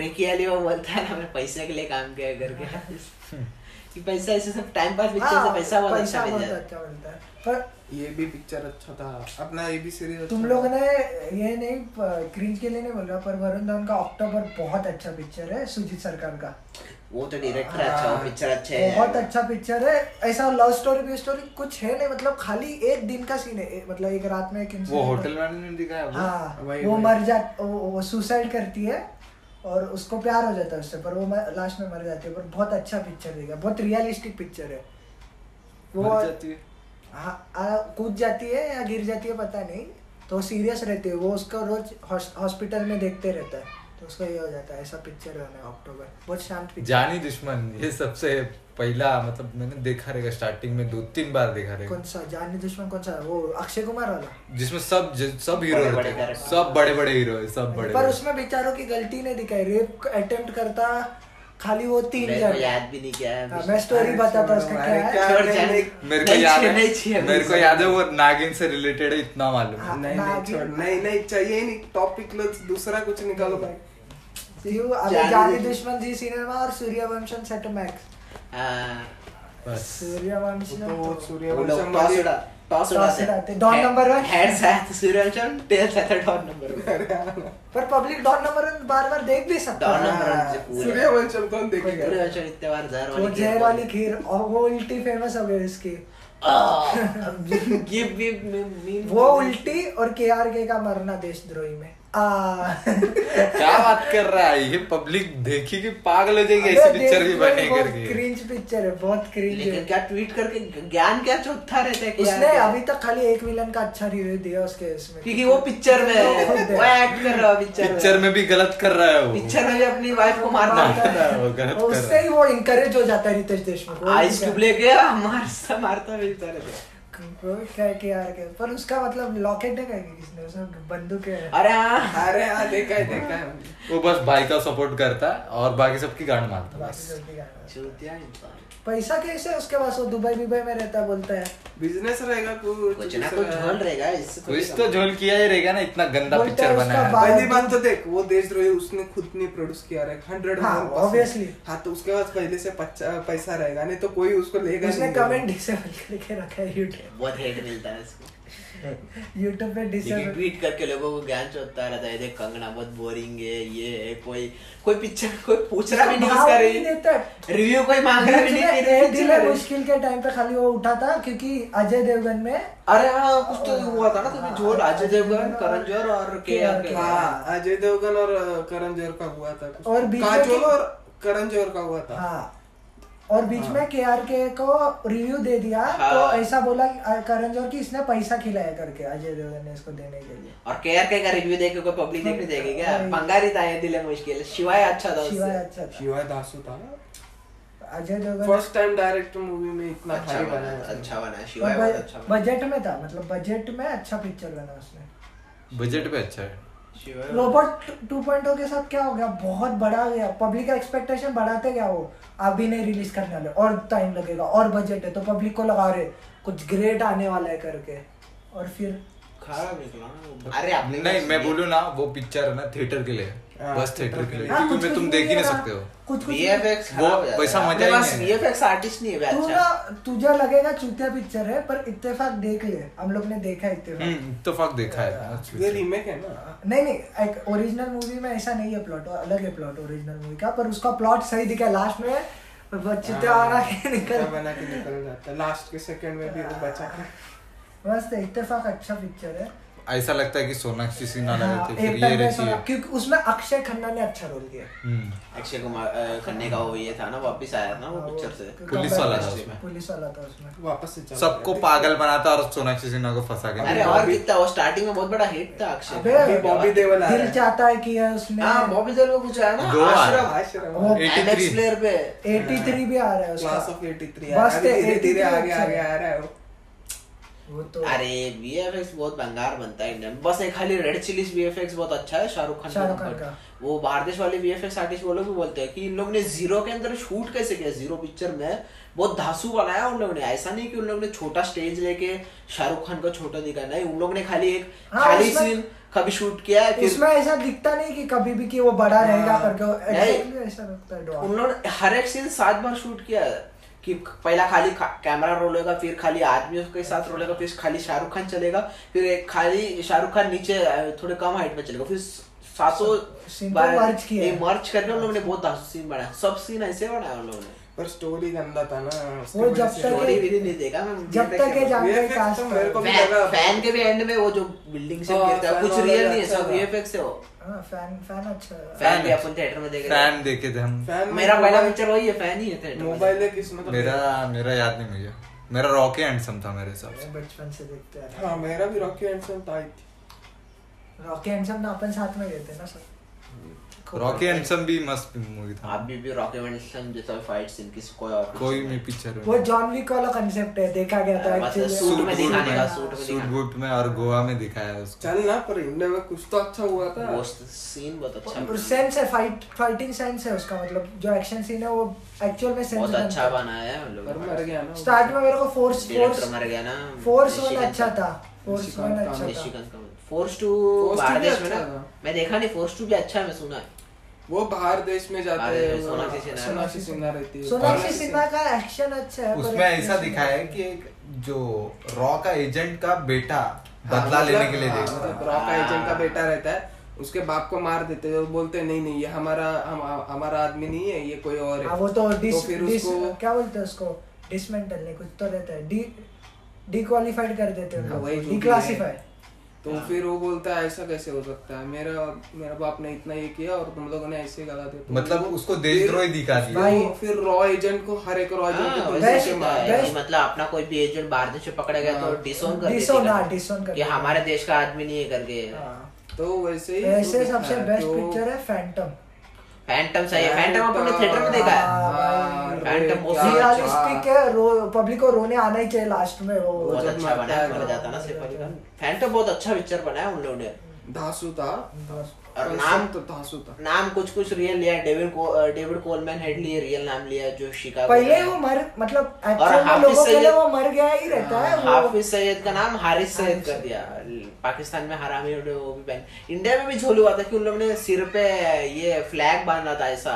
A: रिकी अली वो बोलता है ना मैं पैसे के लिए काम किया है करके कि पैसा ऐसे सब टाइम पास पिक्चर से
B: हाँ,
A: पैसा बहुत अच्छा
B: पैसा
A: मिल
B: बहुत
A: जाता है
B: अच्छा मिलता है पर
D: ये भी पिक्चर अच्छा था अपना ये भी सीरीज अच्छा
B: तुम
D: था।
B: लोग ने ये नहीं क्रिंज के लिए नहीं बोल रहा पर वरुण धवन का अक्टूबर बहुत अच्छा पिक्चर है सुजीत सरकार का
A: वो तो डायरेक्टर अच्छा वो
D: हाँ,
A: पिक्चर अच्छा है
B: बहुत अच्छा पिक्चर है ऐसा लव स्टोरी भी स्टोरी कुछ है नहीं मतलब खाली एक दिन का सीन है ए- मतलब एक रात में एक
C: वो
B: incident
C: होटल
B: होता है।
C: मैनेजमेंट दिखाया वो?
B: हाँ
D: वही-
B: वो
D: वही।
B: मर जा वो, वो सुसाइड करती है और उसको प्यार हो जाता है उससे पर वो लास्ट में मर जाती है पर बहुत अच्छा पिक्चर देगा बहुत रियलिस्टिक पिक्चर है वो
C: मर जाती है
B: हाँ आ- कूद जाती है या गिर जाती है पता नहीं तो सीरियस रहती है वो उसको रोज हॉस- हॉस्पिटल में देखते रहता है तो उसको ये हो जाता है ऐसा पिक्चर है ना अक्टूबर बहुत शांत पिक्चर
C: जानी दुश्मन ये सबसे पहला मतलब मैंने देखा रहेगा स्टार्टिंग में दो तीन बार देखा रहेगा
B: कौन सा जानी तो दुश्मन कौन सा है? वो अक्षय कुमार वाला
D: हाँ,
C: जिसमें सब ज- सब हीरो
A: बड़े-बड़े
C: रहते हैं
A: character।
C: सब बड़े बड़े हीरो हैं सब बड़े
B: पर
C: बड़े।
B: उसमें बेचारों की गलती नहीं दिखाई रेप अटेम्प्ट करता खाली वो तीन
A: मेरे को
B: जन
A: याद भी नहीं क्या
B: हाँ,
A: है
B: मैं स्टोरी
D: अरे
B: बताता हूँ
D: छोड़ो,
B: उसका
D: अरे
B: क्या है
D: क्या-
A: छोड़
D: नहीं,
A: जाने-
D: नहीं,
C: मेरे को
A: नहीं
C: याद
A: चाहिए,
C: है
A: नहीं चाहिए
C: मेरे को
A: मुझे।
C: याद है वो नागिन से रिलेटेड है इतना मालूम है
B: हाँ।
D: नहीं नहीं
B: नागिन-
D: छोड़ नहीं नहीं चाहिए नहीं टॉपिक दूसरा कुछ निकालो भाई
B: यू अभी
A: जानी
B: जानी
A: दुश्मन।
B: दुश्मन जी सिनेमा और सूर्यवंशम सेटमैक्स
A: हाँ,
C: बस
B: सूर्यवंशम
D: तो
B: तो-
A: वो लोग
D: सूर्यवंशम
A: टॉस
D: वाली
A: उड़ा टॉस
B: टॉस उड़ाते
A: उड़ाते
B: हैं। Don number one.
A: हेड साथ सूर्यवंशम टेल साथ डॉन नंबर
B: <laughs>
A: वन
B: पर पब्लिक डॉन नंबर वन बार बार देख भी सकता
A: डॉन
B: है
A: नंबर वन से पूरा
D: सूर्यवंशम कौन देखेगा
A: सूर्यवंशम इतने बार जहर
B: वो
A: वाली
B: जहर वाली खीर और वो उल्टी फेमस हो गई उसकी
A: Ah!
B: <laughs>
A: आह, ये भी मीम
B: वो उल्टी और के आर के का मरना देशद्रोही में
C: <laughs>
B: आ
C: क्या बात कर रहा है ये पब्लिक देखी कि पागल हो जाएगी ऐसी पिक्चर भी बने करके
B: क्रिंज पिक्चर है बहुत क्रिंज
A: लेकिन
B: है
A: क्या ट्वीट करके ज्ञान क्या चौथा रहता है कि
B: उसने
A: यार-
B: अभी तक खाली एक विलन का अच्छा रिव्यू दिया उसके इसमें
A: क्योंकि वो पिक्चर
B: <laughs>
A: में है।
B: खुद है।
A: वो एक्ट कर रहा है पिक्चर
C: पिक्चर में भी गलत कर रहा है वो
A: पिक्चर में भी अपनी वाइफ को मारना
B: मारता
A: है।
B: है।
C: वो गलत
B: और
C: कर
B: उससे
C: रहा
B: ही वो इंकरेज हो जाता है रितेश देशमुख वो
A: आइस
B: इंकरेज-
A: क्यूब लेके मार सा मारता भी बेचारे को।
B: वो क्या किया यार क्या पर उसका मतलब लॉकेट है कि किसने उसमें बंदूक है
A: अरे हाँ
D: अरे हाँ देखा है देखा है
C: वो बस भाई का सपोर्ट करता है और बाकी सबकी गांड मारता है
B: बाकी
C: बस
B: सब भी गाना है।
A: चूतिया इंसान
B: पैसा कैसे है उसके पास वो दुबई दुबई में रहता है, बोलता है
D: बिजनेस रहेगा कुछ
A: कुछ ना कुछ तो झोल रहेगा इससे
C: कुछ तो झोल किया ही रहेगा ना इतना गंदा
B: बोलते
C: पिक्चर
B: हैं उसका
C: बनाया
B: बाप-
D: पहली बात तो देख वो देशद्रोही उसने खुद नहीं प्रोड्यूस किया रहा हंड्रेड
B: हाँ, obviously।
D: हाँ तो उसके पास पहले से पच्चा- पैसा रहेगा नहीं तो कोई उसको लेगा
B: उसने
D: नहीं
B: कमेंट डिसेबल करके रखा है
A: <laughs>
B: यूट्यूब
A: बहुत हेट मिलता है इसको
B: यूट्यूब पे
A: लेकिन
B: डिसेबल
A: ट्वीट करके लोगों को ज्ञान चौथा रहता है देख कंगना बहुत बोरिंग है ये है कोई कोई पिक्चर कोई पूछ रहा भी नहीं
B: भाव
A: उसका
B: नहीं देता है।
A: रिव्यू रिव्यू
B: <laughs>
A: कोई मांग रहा भी
B: बीच
A: नहीं
B: में
A: फिर
B: एक
A: भी
B: दिल है
A: चला रही।
B: मुश्किल के टाइम पे खाली वो उठा था क्योंकि अजय देवगन में
A: अरे हाँ कुछ तो हुआ था ना तो भी झोल अजय देवगन
B: हाँ,
A: करण जौहर और के आर के
D: हाँ अजय देवगन और अ, करण जौहर का हुआ था कुछ।
B: और बीच में
D: काजोल
B: के-
D: और करण जौहर का हुआ था
B: हाँ और बीच में के आर के को रिव्यू दे दिया तो
A: हाँ।
B: ऐसा बोला अ, करण जौहर की इसने पैसा खिलाया करके अजय देवगन ने इसको देने के लिए
A: और केयर के का रिव्यू देख के कोई पब्लिक देखने जाएगी क्या
B: नहीं।
A: पंगारी था ये दिल है मुश्किल शिवाय अच्छा था
B: शिवाय
A: उससे
B: अच्छा था
D: शिवाय दासू था
B: Ajay Devgn
D: first time director movie में इतना
A: अच्छा
D: भारी
A: बना
D: बनाया
A: अच्छा बना शिवाय बहुत अच्छा
B: बज-
A: बना
B: बजट में था मतलब बजट में अच्छा पिक्चर बना उसने
C: बजट पे अच्छा है
A: Shivaay
B: robot two point oh के साथ क्या हो गया बहुत बड़ा गया पब्लिक का एक्सपेक्टेशन बढ़ाते गया वो अभी नहीं रिलीज करने वाले और टाइम लगेगा और बजट है तो पब्लिक को लगा रहे कुछ ग्रेट आने वाला है करके और फिर
A: खराब निकला ना वो। अरे आपने
C: नहीं
A: क्या
C: मैं
A: सुनी?
C: बोलू ना वो पिक्चर है ना थिएटर के लिए
D: हाँ,
C: बस थिएटर के लिए
B: हाँ,
C: टीवी
B: कुछ
C: में
B: कुछ
C: तुम
B: भी
C: देख ही
B: है
C: नहीं
B: ना,
C: सकते हो
A: हाँ।
B: कुछ कुछ भी-
A: VFX
C: वो
A: खराब है।
C: वैसा
A: अपने
C: मजा ही
A: पास
C: नहीं है।
A: VFX आर्टिस्ट नहीं है भाई,
B: तू
A: अच्छा
B: ना तुझे लगेगा चूतिया पिक्चर है पर इत्तेफाक देख ले हम लोग ने देखा है इत्तेफाक
C: हम्म तो फक देखा
A: हाँ,
D: ये
C: है
D: रीमेक
B: <laughs>
D: है ना
B: नहीं नहीं एक ओरिजिनल मूवी में ऐसा नहीं है प्लॉट अलग है प्लॉट ओरिजिनल मूवी का पर उसका प्लॉट सही दिखा लास्ट में वो चूतिया बना के
D: निकल
B: निकल
D: हाँ, बना के निकल जाता है लास्ट के सेकंड में भी वो बचा के
B: मस्त है इत्तेफाक अच्छा पिक्चर है
C: ऐसा लगता है कि सोनाक्षी सिन्हा लगा
B: हाँ,
C: थे
B: एक
C: तो
B: टाइम में
C: फिर ये रहती है
B: सोना- क्योंकि उसमें अक्षय खन्ना ने अच्छा रोल किया
C: हम्म,
A: अक्षय कुमार अ, खन्ने का वो ये था ना वापस आया था ना वो
B: हाँ,
A: पिक्चर से
B: वो-
C: पुलिस वाला था
B: उसमें।
C: उसमें।
B: पुलिस वाला था उसमें
D: वापस से चला
C: सबको
D: गया।
C: पागल बनाता और सोनाक्षी सिन्हा को फंसा के
A: अरे
C: ले
A: और
C: जाता।
A: कितना वो स्टार्टिंग में बहुत बड़ा हिट था अक्षय
B: अबे,
A: का।
D: अभी बॉबी देवल आ रहा
B: दिल
D: है
B: चाहता है कि है उसमें
A: हाँ बॉबी देवल का कुछ आया ना
C: दो आया।
A: आश्रम
D: आश्रम
B: वो-
C: 83
A: MX प्लेयर पे
B: 83 भी आ रहा है उसका
D: क्लास ऑफ 83
B: बस
D: बस
B: ते
D: धीरे धीरे
B: 83
D: आगे
B: अच्छा
D: आगे
B: है।
D: आ रहा है वो
B: वो तो
A: अरे वीएफएक्स बहुत भंगार बनता है इंडिया में बस एक खाली रेड चिलीज वीएफएक्स बहुत अच्छा है शाहरुख खान
B: शाहरुख खान
A: ऊपर।
B: का।
A: वो बाहर देश वाले वीएफएक्स आर्टिस्ट वो लोग भी बोलते हैं कि इन लोग ने जीरो के अंदर शूट कैसे किया जीरो पिक्चर में बहुत धांसू बनाया उन लोगों ने ऐसा नहीं कि उन लोगों ने छोटा स्टेज लेके शाहरुख खान को छोटा दिखा नहीं उन लोगों ने खाली एक
B: हाँ,
A: खाली
B: उसमें-
A: सीन कभी शूट किया है फिर
B: उसमें ऐसा दिखता नहीं कि कभी भी कि वो बड़ा रहेगा
D: हाँ।
B: करके वो
A: नहीं।
B: exactly ऐसा लगता है
A: उन
B: डॉग
A: लोगों ने हर एक सीन सात बार शूट किया है कि पहला खाली खा- कैमरा रोल होगा फिर खाली आदमी उसके साथ रोल होगा फिर खाली शाहरुख खान चलेगा फिर एक खाली शाहरुख खान नीचे अ, थोड़े कम हाइट में चलेगा फिर सातों
B: सीन को
A: बार-
B: merge किया
A: ये
B: है।
A: merge करके उन लोगों ने बहुत धांसू सीन बनाया सब सीन ऐसे बनाया उन लोगों ने
D: पर स्टोरी गंदा था ना उसकी
B: वो
D: वजह
B: जब
D: से-
B: तक-
A: स्टोरी भी नहीं देखा मैं
B: जब
A: देखा
B: तक ये
A: क्या-
B: जान
D: VFX तो
B: कास्ट
D: मेरे को-
A: फैन फैन के भी एंड में वो जो बिल्डिंग से
D: हाँ,
A: गिरता है
D: fan
A: कुछ
D: वाला
A: रियल नहीं है
D: अच्छा
A: सब
D: था।
A: वीएफएक्स है वो
B: हाँ फैन फैन अच्छा है।
A: फैन भी अपन थिएटर में देख रहे
C: फैन देखे थे हम
A: हैं
D: Fan
A: मेरा पहला
D: मोबाइल-
A: पिक्चर वही है फैन ही है थिएटर में तो
D: मोबाइल है किस्मत
C: मेरा मेरा याद नहीं मुझे मेरा रॉकी हैंडसम था मेरे हिसाब से
B: बचपन से देखते आ रहे
D: हाँ मेरा भी रॉकी एंडसन था आई थी
B: हैं रॉकी हैंडसम ना अपन साथ में गए थे ना सब
C: रॉकी हैंडसम भी मस्त मूवी था
A: अभी भी रॉकेट सन जैसा फाइट सीन किसी कोई और
C: कोई भी पिक्चर
B: वो जॉन विक वाला कंसेप्ट है देखा गया था
A: मतलब
B: एक्चुअली
A: सूट में दिखाने का, सूट में
C: सूट
A: दिखाने
C: बूट में और गोवा में दिखाया है उसको
D: चल ना पर इंडिया में कुछ तो अच्छा हुआ था
A: वो सीन बहुत अच्छा
B: और
A: बनाया।
B: सेंस है फाइट फाइटिंग सेंस है उसका मतलब जो एक्शन सीन है वो एक्चुअल में सेंस
A: बहुत अच्छा बनाया है उन
D: पर मर
A: लोगों
D: गया ना वो।
B: स्टार्ट में मेरे को फोर्स
A: डायरेक्टर
B: फोर्स
A: मर गया ना
B: फोर्स
A: ऋषिकांत
B: वन अच्छा
A: का-
B: था फोर्स वन
D: ऋषिकांत
B: अच्छा था
A: ऋषिकांत का फोर्स टू
D: Force
A: बाहर
D: two भी
A: देश में ना
D: अच्छा था।
A: मैं देखा नहीं फोर्स टू भी अच्छा है मैं सुना है
D: वो बाहर देश में जाते
A: बाहर
D: हैं
A: देश में सोनाक्षी सिन्हा।
D: सोनाक्षी सिन्हा रहती है
B: सोनाक्षी सिन्हा का एक्शन अच्छा है पर
C: उसमें ऐसा
B: execution-
C: दिखाया है कि एक जो रॉ का एजेंट का बेटा बदला
D: हाँ,
C: लेने
D: मतलब-
C: के लिए
D: हाँ,
C: देखता
D: मतलब रॉक का एजेंट का बेटा रहता है उसके बाप को मार देते हैं और बोलते हैं, नहीं नहीं ये हमारा हम, हमारा आदमी नहीं है ये कोई और
B: हाँ
D: है
B: वो तो
D: तो
B: डिस
D: फिर
B: डिस
D: उसको
B: क्या बोलते हैं उसको डिसमेंटल नहीं कुछ तो रहता है डी डिक्वालीफाइड कर देते
D: हाँ,
B: हैं
D: वही जो भी है।
B: डिक्लासिफाई
D: तो
B: हाँ।
D: फिर वो बोलता है ऐसा कैसे हो सकता है मेरा मेरा बाप ने इतना ये किया और तुम लोगों ने ऐसे ही गला दिया तो
C: मतलब
D: वो-
C: उसको देशद्रोही
D: फिर-
C: दिखा दिया।
D: फिर वो- फिर रॉ एजेंट को हर एक रॉ एजेंट
A: हाँ, वैसे
D: को पुलिस
B: तो best
A: ही
D: से
A: था,
D: मार-
B: best-
A: कि मतलब अपना कोई भी एजेंट बाहर देश में पकड़ा गया तो
D: हाँ।
A: डिसोन कर
B: Disown,
A: देते
B: हाँ,
A: थे।
B: disown कर
A: कि
B: देते।
A: हमारे देश का आदमी नहीं है करके
B: हाँ।
D: तो वैसे ही
B: ऐसे
D: वो
B: सबसे
D: दिखा है,
B: बेस्ट
D: तो-
B: पिक्चर है फैंटम
A: फैंटम सही है फैंटम अपन ने थिएटर में देखा है
B: Ah,
D: हाँ,
A: Phantom
D: वो
A: क्या
D: क्या-
B: रियलिस्टिक है रो पब्लिक को रोने आना ही चाहिए लास्ट में वो
A: बहुत
D: जब
A: अच्छा
D: मरता
A: बनाया
D: है,
A: मर
D: हाँ,
A: जाता ना
B: मर
A: सैफ अली
B: जाता
A: खान फैंटम बहुत अच्छा पिक्चर बनाया उन लोगों ने
D: धासु था
A: और नाम
D: नाम तो धासु था
A: नाम कुछ कुछ रियल लिया डेविड को, अ, डेविड कोलमैन हेडली है रियल नाम लिया जो शिकागो
B: पहले
A: में है।
B: वो मर मतलब
A: और
B: एक्चुअल में
A: हाफिज
B: लोगों के लिए
A: सईद-
B: वो मर गया ही रहता है वो
A: हाफिज सैयद का नाम हारिस सैयद कर दिया पाकिस्तान में हरामी उन्होंने वो भी पहन इंडिया में भी झोल हुआ था कि उन लोगों ने सिर पे ये फ्लैग बांधा था ऐसा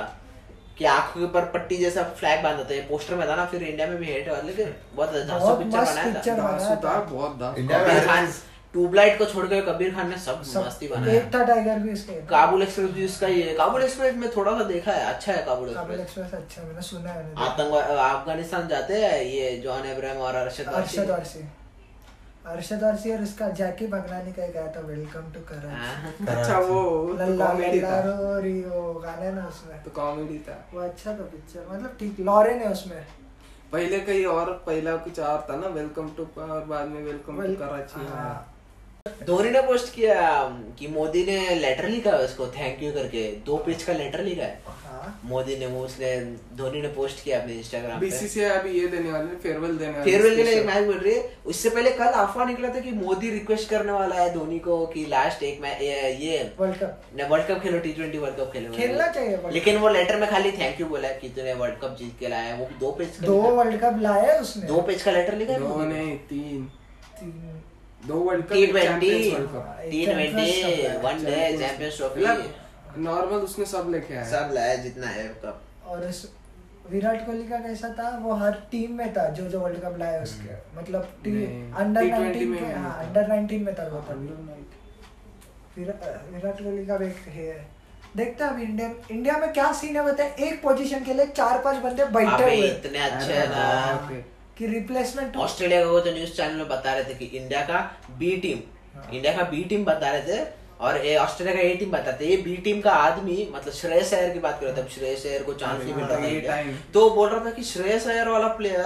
A: कि आंखों के ऊपर पट्टी जैसा फ्लैग बांधा था ये पोस्टर में था ना फिर इंडिया में भी हिट हुआ लेकिन बहुत अच्छा
B: बहुत
A: पिक्चर
B: मस्त
A: बनाया था
B: picture
D: धासु
B: बनाया
D: था
B: था।
D: बहुत धासु
C: इंडिया
A: कबीर
C: में
A: खान ट्यूबलाइट को छोड़कर कबीर खान ने सब मस्ती बनाया
B: एक था टाइगर भी उसके
A: काबुल एक्सप्रेस भी उसका ही है काबुल एक्सप्रेस में थोड़ा सा देखा है अच्छा है काबुल
B: काबुल
A: एक्सप्रेस
B: एक्सप्रेस अच्छा है, मैंने सुना है मैंने
A: आतंकवाद अफगानिस्तान जाते हैं ये जॉन इब्राहिम और अरशद वारसी।
B: अरशद वारसी अरशद वारसी और उसका जैकी भगनानी का गाया था वेलकम टू कराची
A: हाँ।
D: अच्छा वो
B: लल्ला
D: कॉमेडी
B: लल्ला
D: था
B: रो री वो गाना है ना उसमें
D: तो कॉमेडी था
B: वो अच्छा था पिक्चर मतलब ठीक लॉरेन है उसमें
D: पहले का ये और पहला कुछ और था ना वेलकम टू और बाद में वेलकम टू
B: वेल-
D: कराची
B: हाँ।
A: धोनी ने पोस्ट किया कि मोदी ने लेटर लिखा है उसको थैंक यू करके दो पेज का लेटर लिखा है
B: हाँ
A: मोदी ने वो उसने धोनी ने पोस्ट किया अपने इंस्टाग्राम पे
D: बीसीसीआई अभी ये देने वाले फेयरवेल देने वाले
A: फेयरवेल के लिए एक मैच बोल रही है उससे पहले कल अफवाह निकला था कि मोदी रिक्वेस्ट करने वाला है धोनी को कि लास्ट एक मैच ये
B: वर्ल्ड कप
A: ने वर्ल्ड कप खेलो टी ट्वेंटी वर्ल्ड कप खेलो
B: खेलना चाहिए World Cup।
A: लेकिन वो लेटर में खाली थैंक यू बोला है कि तूने वर्ल्ड कप जीत के लाया है। वो दो पेज का
B: दो
A: लिखा है।
B: वर्ल्ड कप लाया उसने
A: दो पेज का लेटर लिखा है
D: दो
A: मोदी ने।
D: नहीं तीन
B: तीन-
D: दो वर्ल्ड कप
A: टी
D: एक
A: twenty
D: Champions World Cup
A: T twenty one day Champions Trophy
D: मतलब नॉर्मल उसने सब लेके आया
A: सब लाया जितना है कप
B: और उस विराट कोहली का कैसा था वो हर टीम में था जो जो वर्ल्ड कप
A: हम्म।
B: लाया उसके मतलब
D: नहीं,
B: टीम अंडर
D: T20
B: 19
D: में
B: के हाँ
D: नहीं
B: अंडर 19 में था वो था
D: Under night.
B: विरा- विराट कोहली का एक है देखते हैं अब इंडिया इंडिया में क्या सीन है बताए एक पोजीशन के लिए चार पांच बंदे बैठे
A: अबे
B: हुए हैं।
A: इतने अच्छे
D: अरे हाँ,
A: हैं ना
D: बाप रे।
B: कि रिप्लेसमेंट
A: ऑस्ट्रेलिया का वो तो न्यूज चैनल में बता रहे थे कि इंडिया का बी टीम
D: हाँ।
A: इंडिया का बी टीम बता रहे थे और ये ऑस्ट्रेलिया का ए टीम बताते ये बी टीम का आदमी मतलब श्रेयस अय्यर की बात कर रहे थे अब श्रेयस अय्यर को चांस नहीं मिल रहा था
D: हाँ, ये
A: इंडिया।
D: time।
A: तो वो बोल रहा था कि श्रेयस अय्यर वाला प्लेयर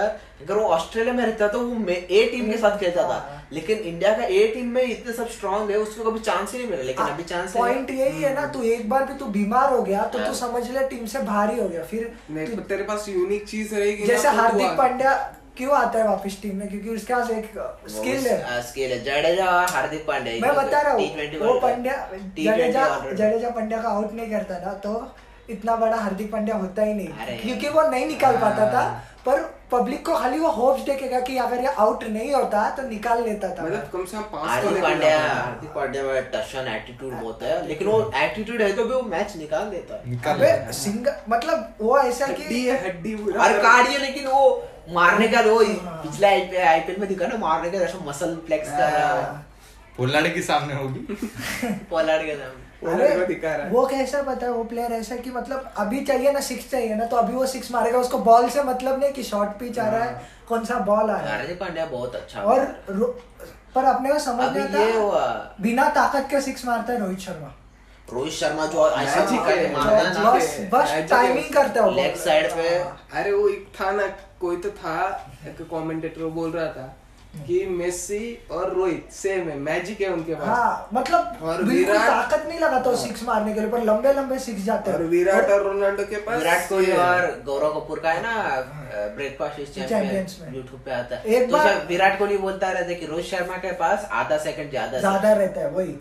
A: अगर वो ऑस्ट्रेलिया में रहता तो वो ए टीम के साथ खेलता था लेकिन इंडिया का ए टीम में इतने सब स्ट्रांग है उसको कभी चांस ही नहीं मिला
B: हाँ,
A: लेकिन अभी हम्म। चांस
B: पॉइंट यही है ना तू एक बार भी तू बीमार हो गया तो तू
A: हाँ।
B: समझ ले टीम से भारी हो गया फिर
D: नहीं पर तेरे पास यूनिक चीज रहेगी ना,
B: जैसे
D: तो तू
B: हार्दिक
D: आ-
B: पांड्या क्यों आता है वापस टीम में क्योंकि उसके पास एक
A: uh,
B: स्किल है
A: स्किल है जडेजा और हार्दिक पांड्या
B: मैं
A: इनको
B: बता रहा
A: T20
B: हूँ वो
A: World Cup-
B: Pandya
A: T20
B: Jadeja
A: World Cup-
B: Jadeja Pandya का आउट नहीं करता ना तो इतना बड़ा हार्दिक पांड्या होता ही
A: अरे हाँ।
B: नहीं क्योंकि वो नहीं निकाल पाता था पर पब्लिक को खाली वो होप्स देखेगा कि अगर ये आउट नहीं होता तो निकाल लेता था
D: मतलब कम से कम पांच तो
A: हार्दिक
D: लेके
A: पांड्या
D: जाता है।
A: हार्दिक पांड्या में टशन एटीट्यूड बहुत है लेकिन वो एटीट्यूड है तो भी वो मैच निकाल देता है
C: निकाल
B: अबे
C: लेता है।
B: सिंग मतलब वो ऐसा
D: हड्डी
B: कि
D: है हड्डी पूरा।
A: और कार्डियो लेकिन वो मारने का वो पिछला आईपीएल में दिखा ना मारने का ऐसा मसल फ्लेक्स कर रहा है
C: पोलाड़ के सामने होगी
A: <laughs> पोलार्ड के सामने
D: वो
B: अरे,
D: लड़का दिखा रहा है।
B: वो कैसा पता है वो प्लेयर ऐसा कि मतलब अभी चाहिए ना सिक्स चाहिए ना तो अभी वो सिक्स मारेगा उसको बॉल से मतलब नहीं कि शॉर्ट पिच आ रहा है
D: हाँ।
B: कौन सा बॉल आ रहा है
A: हार्दिक पांड्या बहुत अच्छा
B: हाँ। और
A: बॉलर है।
B: रो- पर अपने को समझ
A: अभी
B: नहीं
A: ये हुआ।
B: आता बिना ताकत के सिक्स मारता है रोहित शर्मा
A: रोहित शर्मा जो ऐसा
D: मैच
A: छक्का
D: जीते,
A: मारता है
D: मैच
A: ना
D: जीते।
B: बस बस
D: ऐसे तो-
B: टाइमिंग करता है वो
A: लेग साइड पे
D: अरे वो एक था ना कोई तो था एक कमेंटेटर वो बोल रहा था कि मेसी और रोहित सेम है मैजिक है उनके पास
B: हाँ मतलब
D: और
B: बिल्कुल
D: विराट-
B: ताकत नहीं लगाता वो सिक्स मारने के लिए पर लंबे लंबे सिक्स जाते
D: और
B: हैं
D: विराट और रोनाल्डो के पास
A: विराट कोहली
D: ये है।
A: और गौरव कपूर का है ना ब्रेकफास्ट इज
B: हाँ। Champions में।
A: चैंपियन यूट्यूब पे आता है
B: एक
A: तो
B: बार-
A: जब विराट कोहली बोलता रहता है कि रोहित शर्मा के पास आधा सेकंड ज्यादा
B: ज्यादा रहता है वही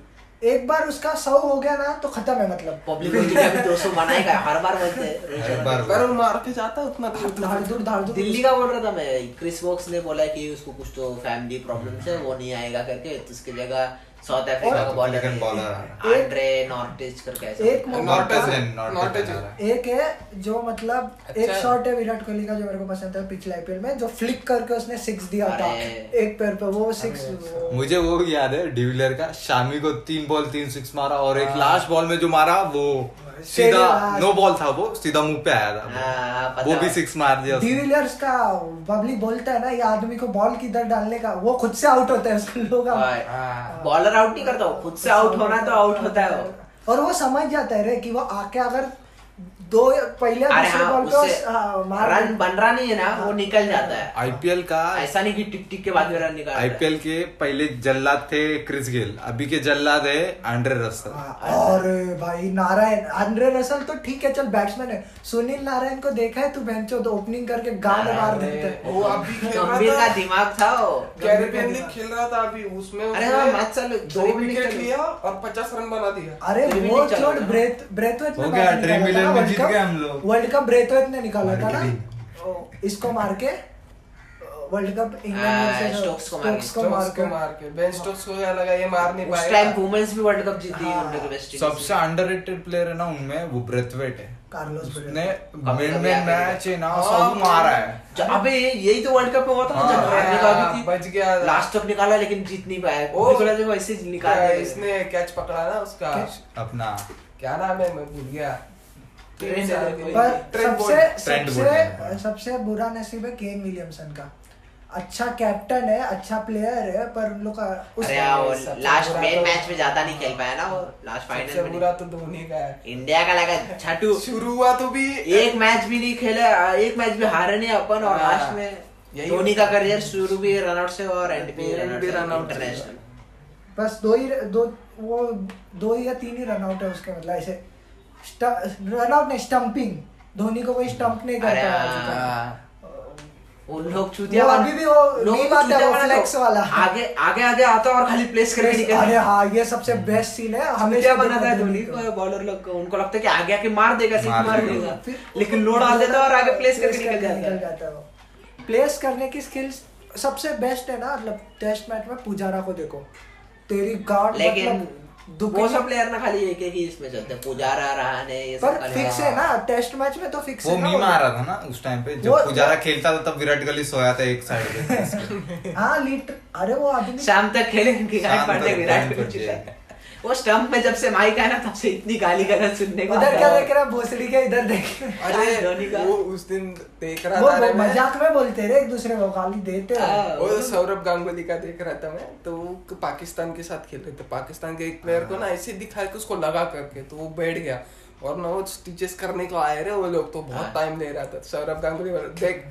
B: एक बार उसका सौ हो गया ना तो खत्म है मतलब
A: पब्लिक बोलती है दो सौ बनाएगा हर बार बोलते हैं रोहित
C: हर
A: शर्मा
C: बार
D: पर वो मार के जाता है उतना था
B: धाड़ दूर धाड़ दूर
A: दिल्ली का बोल रहा था मैं क्रिस वॉक्स ने बोला कि उसको कुछ तो फैमिली प्रॉब्लम है वो नहीं आएगा करके तो उसकी जगह साउथ अफ्रीका का बॉलर
C: अफ्रीकन बॉलर आ रहा
B: है।
A: आंड्रे नॉर्टेज करके ऐसा
B: एक
A: बोलता है।
B: moment-
C: नॉर्टेजन
D: Northagen।
C: नॉर्टेजन
B: एक है जो मतलब
D: अच्छा
B: एक
D: है।
B: शॉट है विराट कोहली का जो मेरे को पसंद है पिछले आईपीएल में जो फ्लिक करके उसने सिक्स दिया था
A: अरे।
B: एक पैर पे वो सिक्स
C: मुझे वो भी याद है डिविलियर का शामी को तीन बॉल तीन सिक्स मारा और एक लास्ट बॉल में जो मारा वो सीधा
B: last.
C: नो बॉल था वो सीधा मुंह पे आया
A: हाँ,
C: था
A: पता
C: वो भी
A: है।
C: सिक्स मार दिया उसने।
B: डिविलियर्स का पब्लिक बोलता है ना ये आदमी को बॉल किधर डालने का वो खुद से आउट होता है उसको लोग
A: हाँ,
B: out-
A: और
B: हाँ।
A: बॉलर आउट नहीं करता वो खुद से आउट होना तो आउट होता है वो
B: और वो समझ जाता है रे कि वो आके अगर दो पहले
A: अरे
B: दूसरे
A: हाँ
B: बॉल को
A: उससे
B: हाँ, मार
A: रन बन रहा नहीं है ना वो निकल जाता है हाँ,
C: आईपीएल का
A: ऐसा नहीं कि टिक टिक के बाद में रन निकाल रहा है।
C: आईपीएल के पहले जल्लाद थे क्रिस गेल अभी के जल्लाद है एंड्रे रसल
B: हाँ, और भाई नारायण आंद्रे रसल तो ठीक है चल बैट्समैन है सुनील नारायण को देखा है तू बेंचो तो ओपनिंग करके गाल मार देता है
D: वो अभी खेल रहा
A: गंभीर का
D: था।
A: दिमाग था वो
D: कैरेबियन लीग खेल रहा था अभी उसमें
A: अरे
D: उसने
A: हाँ, मैच चालू-
D: दो
A: दो भी नहीं
D: विकेट
A: चले।
D: लिया और पचास रन बना दिया
B: अरे
A: Premier
B: वो
A: League चल
B: छोड़
A: रहा है।
B: ब्रेथ ब्रेथवेट
C: हो गया, Premier League में जीत गए हम लोग।
B: वर्ल्ड कप ब्रेथवेट ने निकाला था ना
C: Marketing.
B: ओ, इसको मार के वर्ल्ड कप
A: हाँ,
B: इंग्लैंड versus
A: Stokes को मार के,
B: Stokes को मार
D: Stokes को
B: के
D: मार के बेन स्टोक्स को क्या लगा ये मार नहीं हाँ।
A: उस
D: पाएगा
A: टाइम वुमेन्स भी वर्ल्ड कप जीती तो उन्होंने वेस्ट इंडीज
C: सबसे अंडररेटेड प्लेयर है ना उनमें वो ब्रेथवेट है
B: कार्लोस
C: उसने
A: कभी कभी
C: मेन मेन
A: आके
C: मैच है ना
D: हाँ,
C: सब अच्छा मारा
A: तो-
C: है
A: जो- अबे ये- यही तो वर्ल्ड कप में हुआ था ना, जब
D: हाँ,
A: हारने का भी थी
D: बच गया।
A: लास्ट तक निकाला लेकिन जीत नहीं पाया
D: ओ,
A: वो जो ऐसे ही निकाल
D: क्या
A: दिया।
D: इसने कैच पकड़ा ना उसका
C: अपना
D: क्या नाम है मैं भूल गया
A: ट्रेंट बोल्ट।
B: पर
D: ट्रेंट
B: सबसे
D: बोल्ट।
C: Trent
B: सबसे
C: Bolt.
B: सबसे बुरा नसीब है केन विलियमसन का अच्छा कैप्टन है अच्छा प्लेयर है पर उन लोग का उस
A: अरे यार,
D: सबसे
A: वो
D: बुरा
A: लास्ट
D: तो-
A: मेन मैच में ज्यादा नहीं खेल पाया ना वो लास्ट
D: सबसे
A: फाइनल में
D: बुरा तो धोनी का है
A: नहीं। इंडिया का लगा छठू
D: शुरू हुआ तो भी
A: एक मैच भी नहीं खेला एक मैच भी हारे नहीं अपन और
D: हाँ,
A: लास्ट में
D: यही
A: धोनी का करियर शुरू भी रनआउट से हुआ और एंड भी
D: End भी
A: रनआउट
D: runout से
A: इंटरनेशनल
B: बस दो ही दो वो दो या तीन ही रन आउट है उसके मतलब ऐसे रन आउट नहीं स्टंपिंग धोनी को कोई स्टंप नहीं
A: अरे
B: करता
A: हाँ। उन लोग
B: वो
A: वाला-
B: अभी भी वो
A: लोग
B: meme आता है,
A: चूतिया
B: वो
A: वाला
B: flex
A: लोग।
B: वाला।
A: आगे आगे आगे आता और खाली प्लेस करके
B: Yes,
A: निकल
B: अरे हाँ ये सबसे बेस्ट सीन है
A: हमेशा
B: हमेशा
A: बनाता है
B: देखो
A: धोनी
B: को।
A: को बॉलर लोग को उनको लगता है कि आगे आके मार देगा सिर्फ
C: मार
A: मार
C: देगा।
A: देगा लेकिन लोड डाल
B: मतलब
A: देता है और आगे प्लेस करके निकल जाता है
B: जाता है प्लेस करने की स्किल्स सबसे बेस्ट है ना मतलब टेस्ट मैच में पुजारा को देखो तेरी गार्ड
A: लेकिन
B: मतलब
A: वो सब प्लेयर ना खाली एक एक ही इसमें चलते हैं पुजारा रहाणे ये सब
B: पर
A: खाली-
B: फिक्स है ना टेस्ट मैच में तो फिक्स
C: वो
B: है ना
C: मीम आ रहा था ना उस टाइम पे
B: वो-
C: जब पुजारा खेलता था तब विराट कोहली सोया था एक साइड पे
B: हाँ लीटर अरे वो आदमी
A: शाम तक खेलेंगे
C: शाम
A: गाली पांडे
C: तक
A: विराट
C: गाली
A: कोहली
C: पड़ती
A: चिल्ला-
C: है।
A: वो स्टंप में जब से माइक आया ना तब से इतनी गाली गलत सुनने को
B: उधर
A: आता
B: क्या
A: है।
B: देख रहा है भोसड़ी के इधर देख रहा है।
A: धोनी का।
D: अरे वो उस दिन देख रहा
B: वो
D: था अरे मैं-
B: मजाक में बोलते रहे एक दूसरे को गाली देते रहे।
A: हाँ।
D: वो तो सौरभ गांगुली का देख रहा था मैं तो वो पाकिस्तान के साथ खेल रहे थे पाकिस्तान के एक प्लेयर को ना ऐसे दिखाया कि उसको लगा करके तो वो बैठ गया और ना वो स्टिचेस करने को आए रहे वो लोग तो बहुत टाइम ले रहा था सौरभ गांगुली बोला, देख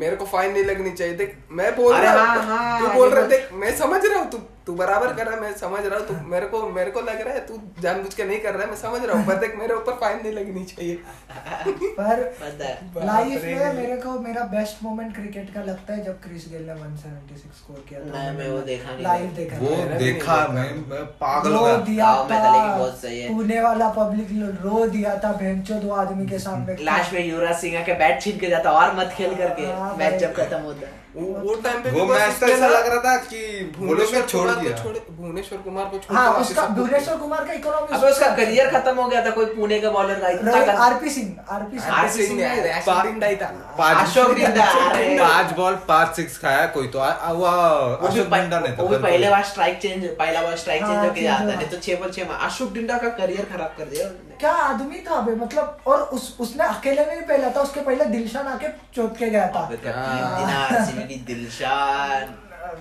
D: मेरे को फाइन नहीं लगनी चाहिए देख मैं बोल
A: अरे
D: रहा
A: हाँ, हाँ,
D: तू बोल
A: ये
D: रहा है,
A: बोल-
D: देख मैं समझ रहा हूँ तू तू बराबर कर रहा है मैं समझ रहा हूँ तू मेरे को मेरे को लग रहा है तू जानबूझ के नहीं कर रहा है मैं समझ रहा हूँ पर देख मेरे ऊपर फाइन नहीं लगनी चाहिए
B: पर
A: पता है
D: बाप
B: लाइफ
D: रे।
B: में मेरे को मेरा बेस्ट मोमेंट क्रिकेट का लगता है जब क्रिस गेल ने 176 स्कोर किया
A: नहीं, मैं वो देखा नहीं।
B: लाइव देखा
C: वो
B: था।
D: मैंने भी
C: देखा
D: नहीं
C: मैं
D: देखा।
C: मैं पागल हो
B: रो
C: गया
B: दिया
A: हाँ, मैं
B: था
A: ताले की बहुत सही है।
B: पुणे वाला पब्लिक रो दिया था भेंचो दो आदमी के सामने
A: लास्ट में युवराज सिंह आके बैट छीन के जाता और मत खेल करके
B: हाँ,
A: मैच
B: भाई।
A: जब खत्म होता है
D: वो- वो टाइम पे
C: वो
D: भी बस
C: मैच तो
D: उसने
C: ऐसा
D: ना
C: लग रहा था कि वो लोग ने
D: भुवनेश्वर
C: छोड़
D: कुमार को
C: दिया
D: छोड़ भुवनेश्वर कुमार को छोड़
B: हाँ
D: के वापस
B: उसका
D: सबको-
B: भुवनेश्वर कुमार का इकोनॉमी
A: अबे उसका करियर खत्म हो गया था कोई पुणे के बॉलर का इतना
B: रवि-
A: गंदा-
B: RP Singh RP Singh
D: RP Singh ने
C: पा-
D: रैशिंग डाई था
B: हाँ,
C: पाँच-
A: अशोक बिंदा, अरे।
C: पाँच बॉल पाँच सिक्स खाया कोई तो आ- आ- वो
A: वो भी
C: अशोक
A: पह-
C: बिंदा ने तो
A: वो भी
C: बिल्कुल।
A: पहले बार स्ट्राइक चेंज पहला बार स्ट्राइक चेंज
B: हाँ,
A: होके जाता
B: चेंज
A: नहीं तो छह बॉल छह मार अशोक डिंडा का करियर खराब कर दिया उन्होंने।
B: क्या आदमी था बे मतलब और उस उसने अकेले ने नहीं पहला था उसके पहले दिलशान आके चोट के गया था
A: अबे
C: तो
A: कपिल दिनार, CVD, दिलशान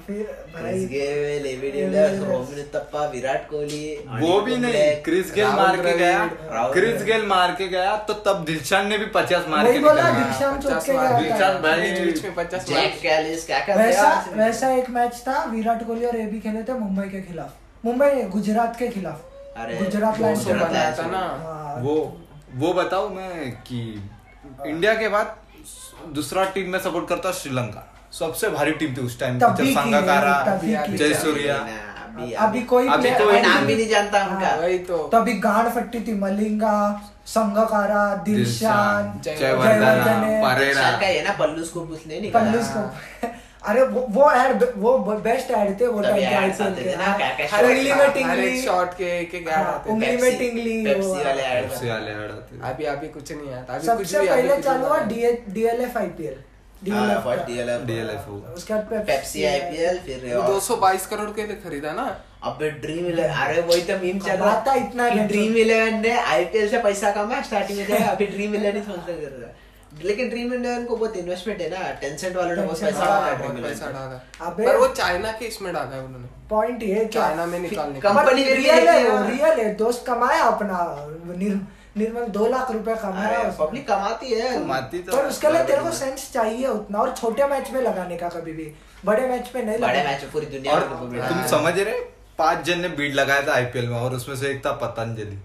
B: फिर
A: क्रिस
B: भाई
A: गेल एबी
B: एबी
A: डिलर
B: डिलर।
A: रोमिन तप्पा विराट कोहली
C: वो
A: अनिल
C: भी
A: कुंबले,
C: नहीं क्रिस गेल मार के
D: राहुल
C: गया
A: द्रविड़,
C: क्रिस
A: राहुल
C: गेल मार के गया तो तब दिलशान ने भी पचास मार के
B: वही बोला
C: निकल गया।
B: दिलशान चोट
D: पचास
B: के
D: मार
B: गया
C: दिलशान
B: था
C: भाई
D: बीच बीच में पचास
A: जैक कैलिस क्या कर
B: वैसा
A: दिया
B: वैसा एक मैच था विराट कोहली और एबी खेले थे मुंबई के खिलाफ मुंबई नहीं, गुजरात के खिलाफ
A: अरे,
B: गुजरात लाइन्स
A: गुजरात
B: को
A: लायंस
B: बनाया
A: को।
B: हाँ,
C: वो वो बताओ मैं कि इंडिया के बाद दूसरा टीम में सपोर्ट करता श्रीलंका सबसे भारी टीम थी उस टाइम
B: तभी
C: जब
B: की,
C: संगकारा
B: तभी की।
C: जयसूर्या
A: अभी
B: अभी कोई
C: अभी
B: player-
C: कोई
A: नाम भी नहीं जानता
B: हाँ,
A: उनका।
D: वही तो।
B: तो अभी गांड फट्टी थी मलिंगा संगकारा दिलशान
C: दिलशान,
D: जयवर्धना,
B: जयवर्धने,
C: परेरा।
A: दिलशान का ये ना पल्लू स्कूप उसने नहीं हाँ,
B: पल्लू
A: करा।
B: को <laughs> अरे वो वो ad- वो बेस्ट ऐड थे वो
A: तभी
B: टाइम के
A: ads
B: IPL
A: आते
B: के।
A: थे ना, क्या- क्या
B: हर
A: shot
B: उंगली
A: था,
B: में
D: हर
B: टिंगली
D: एक शॉट के एक एक
B: हाँ,
D: आते
B: उंगली में
A: Pepsi-
B: टिंगली
A: Pepsi
B: वो- हाँ।
A: वाले ad
C: FC वाले ऐड आते थे।
D: अभी अभी कुछ नहीं आता अभी कुछ
B: सबसे
D: भी अभी
B: पहले
D: कुछ
B: चालू
D: भी
B: हुआ
D: आता।
B: डीएलएफ आईपीएल
A: हाँ, first DLF
C: DLF हो।
B: उसके बाद
A: पेप्सी आईपीएल फिर
D: वो 222 करोड़ के लिए खरीदा ना
A: अबे ड्रीम इलेवन अरे वही तो मीम चल रहा
B: कमाता इतना
A: कि
B: है तो।
A: ड्रीम इलेवन ने आईपीएल से पैसा कमाया स्टार्टिंग
B: <laughs>
A: में जाए अभी ड्रीम इलेवन ही स्पॉन्सर कर रहा है लेकिन ड्रीम इलेवन को बहुत इन्वेस्टमेंट है ना टेंसेंट वालों ने बहुत
B: Tencent
A: पैसा डाला
B: वाला
A: है
D: हाँ, बहुत
A: Dream
D: पैसा
A: Eleven में।
D: डाला
B: अबे-
D: पर वो चाइना के इसमें डाला है उन्होंने
B: पॉइंट ये है कि-
D: चाइना में निकालने का
A: कंपनी फिर भी
B: रियल है
A: देखती है
B: वो
A: ना।
B: रियल है दोस्त कमाया अपना निर- निर्मल दो लाख रुपए कमाया
A: अरे
B: उसने।
A: पब्लिक कमाती है
C: कमाती तो
B: पर उसके लिए तेरे को सेंस चाहिए उतना और छोटे मैच में लगाने का कभी भी बड़े मैच में नहीं
A: बड़े
B: लगाना
A: मैच पूरी दुनिया
C: और
A: में तो उनको बिठा
C: तुम
A: है।
C: समझ रहे पांच जन ने बीड लगाया था आईपीएल में और उसमें से एक था पतंजलि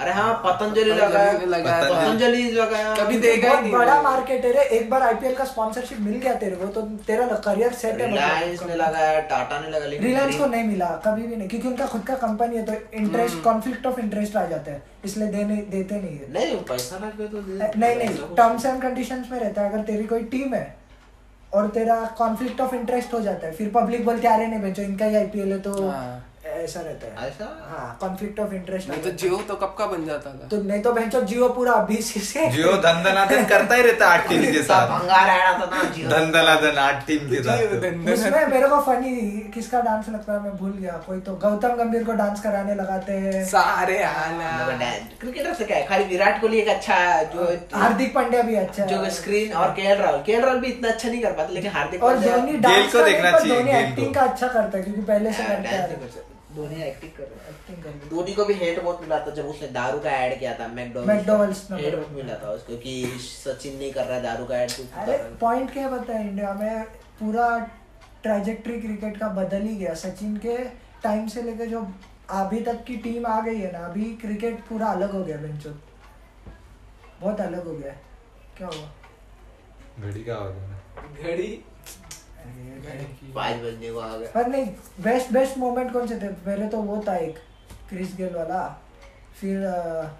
A: अरे हाँ पतंजलि
D: पतंजलि
A: लगाया
D: ने लगाया
C: था।
A: पतंजलि लगाया
D: कभी देगा ही
B: बहुत
D: नहीं
B: बड़ा मार्केट है रे एक बार आईपीएल का स्पॉन्सरशिप मिल गया तेरे को तो तेरा करियर सेट है मतलब।
A: रिलायंस ने लगाया टाटा ने लगाया लेकिन
B: रिलायंस को
A: Dream-
B: नहीं मिला कभी भी नहीं क्योंकि उनका खुद का कंपनी है तो इंटरेस्ट
D: हम्म।
B: कॉन्फ्लिक्ट ऑफ इंटरेस्ट आ जाता है इसलिए देने देते नहीं है
A: नहीं पैसा लग गया तो दे-
B: नहीं नहीं
A: ऐसा कुछ-
B: टर्म्स एंड कंडीशंस में रहता है अगर तेरी कोई टीम है और तेरा कॉन्फ्लिक्ट ऑफ इंटरेस्ट हो जाता है फिर पब्लिक बोलती है अरे नहीं बेचो इनका ही आईपीएल है तो
D: हाँ।
B: ऐसा रहता है
A: ऐसा?
B: हाँ कॉन्फ्लिक्ट ऑफ इंटरेस्ट
D: नहीं तो जियो तो कब का बन जाता था
B: तो नहीं तो बेचो जियो पूरा अभी से
C: जियो धंधनाधन करता ही रहता आठ टीम के
A: सब <laughs>
C: साथ
A: भंगार आ रहा था ना हाँ। जियो।
C: धंधनाधन आठ टीम के साथ तो।
A: <laughs>
B: उसमें मेरे को फनी किसका डांस लगता है मैं भूल गया कोई तो गौतम गंभीर को डांस कराने लगाते हैं
D: सारे
A: मतलब
D: आना
A: डा- क्रिकेटर से क्या है खाली विराट कोहली एक अच्छा जो
B: हाँ, हार्दिक पांड्या भी अच्छा है।
A: जो स्क्रीन और केएल राहुल केएल राहुल भी इतना अच्छा नहीं कर पाता लेकिन हार्दिक
B: और
A: पांड्या-
B: धोनी
C: गेल
B: डांस
C: को
B: का
C: देखना
B: नहीं, पर
C: चाहिए,
B: धोनी
C: गेल
B: एक्टिंग
C: को।
B: का अच्छा करता है क्योंकि पहले से
A: हाँ,
B: करता
A: डांस नहीं कर
B: है
A: सकता। धोनी एक्टिंग कर रहा है
B: एक्टिंग करता है।
A: धोनी को भी हेट बहुत मिला था जब उसने दारू का ऐड किया था मैकडोनल्ड्स
B: McDonald's
A: का।
B: ना।
A: हेट बहुत मिला था उसको कि सचिन नहीं कर रहा है दारू का ऐड तू क्यों कर
B: अरे
A: रहा है?
B: पॉइंट क्या पता है इंडिया में पूरा ट्रैजेक्टरी क्रिकेट का बदल ही गया सचिन के टाइम से लेकर जो अभी तक की टीम आ गई है ना अभी क्रिकेट पूरा अलग हो गया बेंचो बहुत अलग हो गया है। क्या हुआ
C: घड़ी का आवाज है ना।
A: घड़ी पाँच बजने को आ गया
B: पर नहीं बेस्ट बेस्ट मोमेंट कौन से थे पहले तो वो था एक क्रिस गेल वाला फिर अ,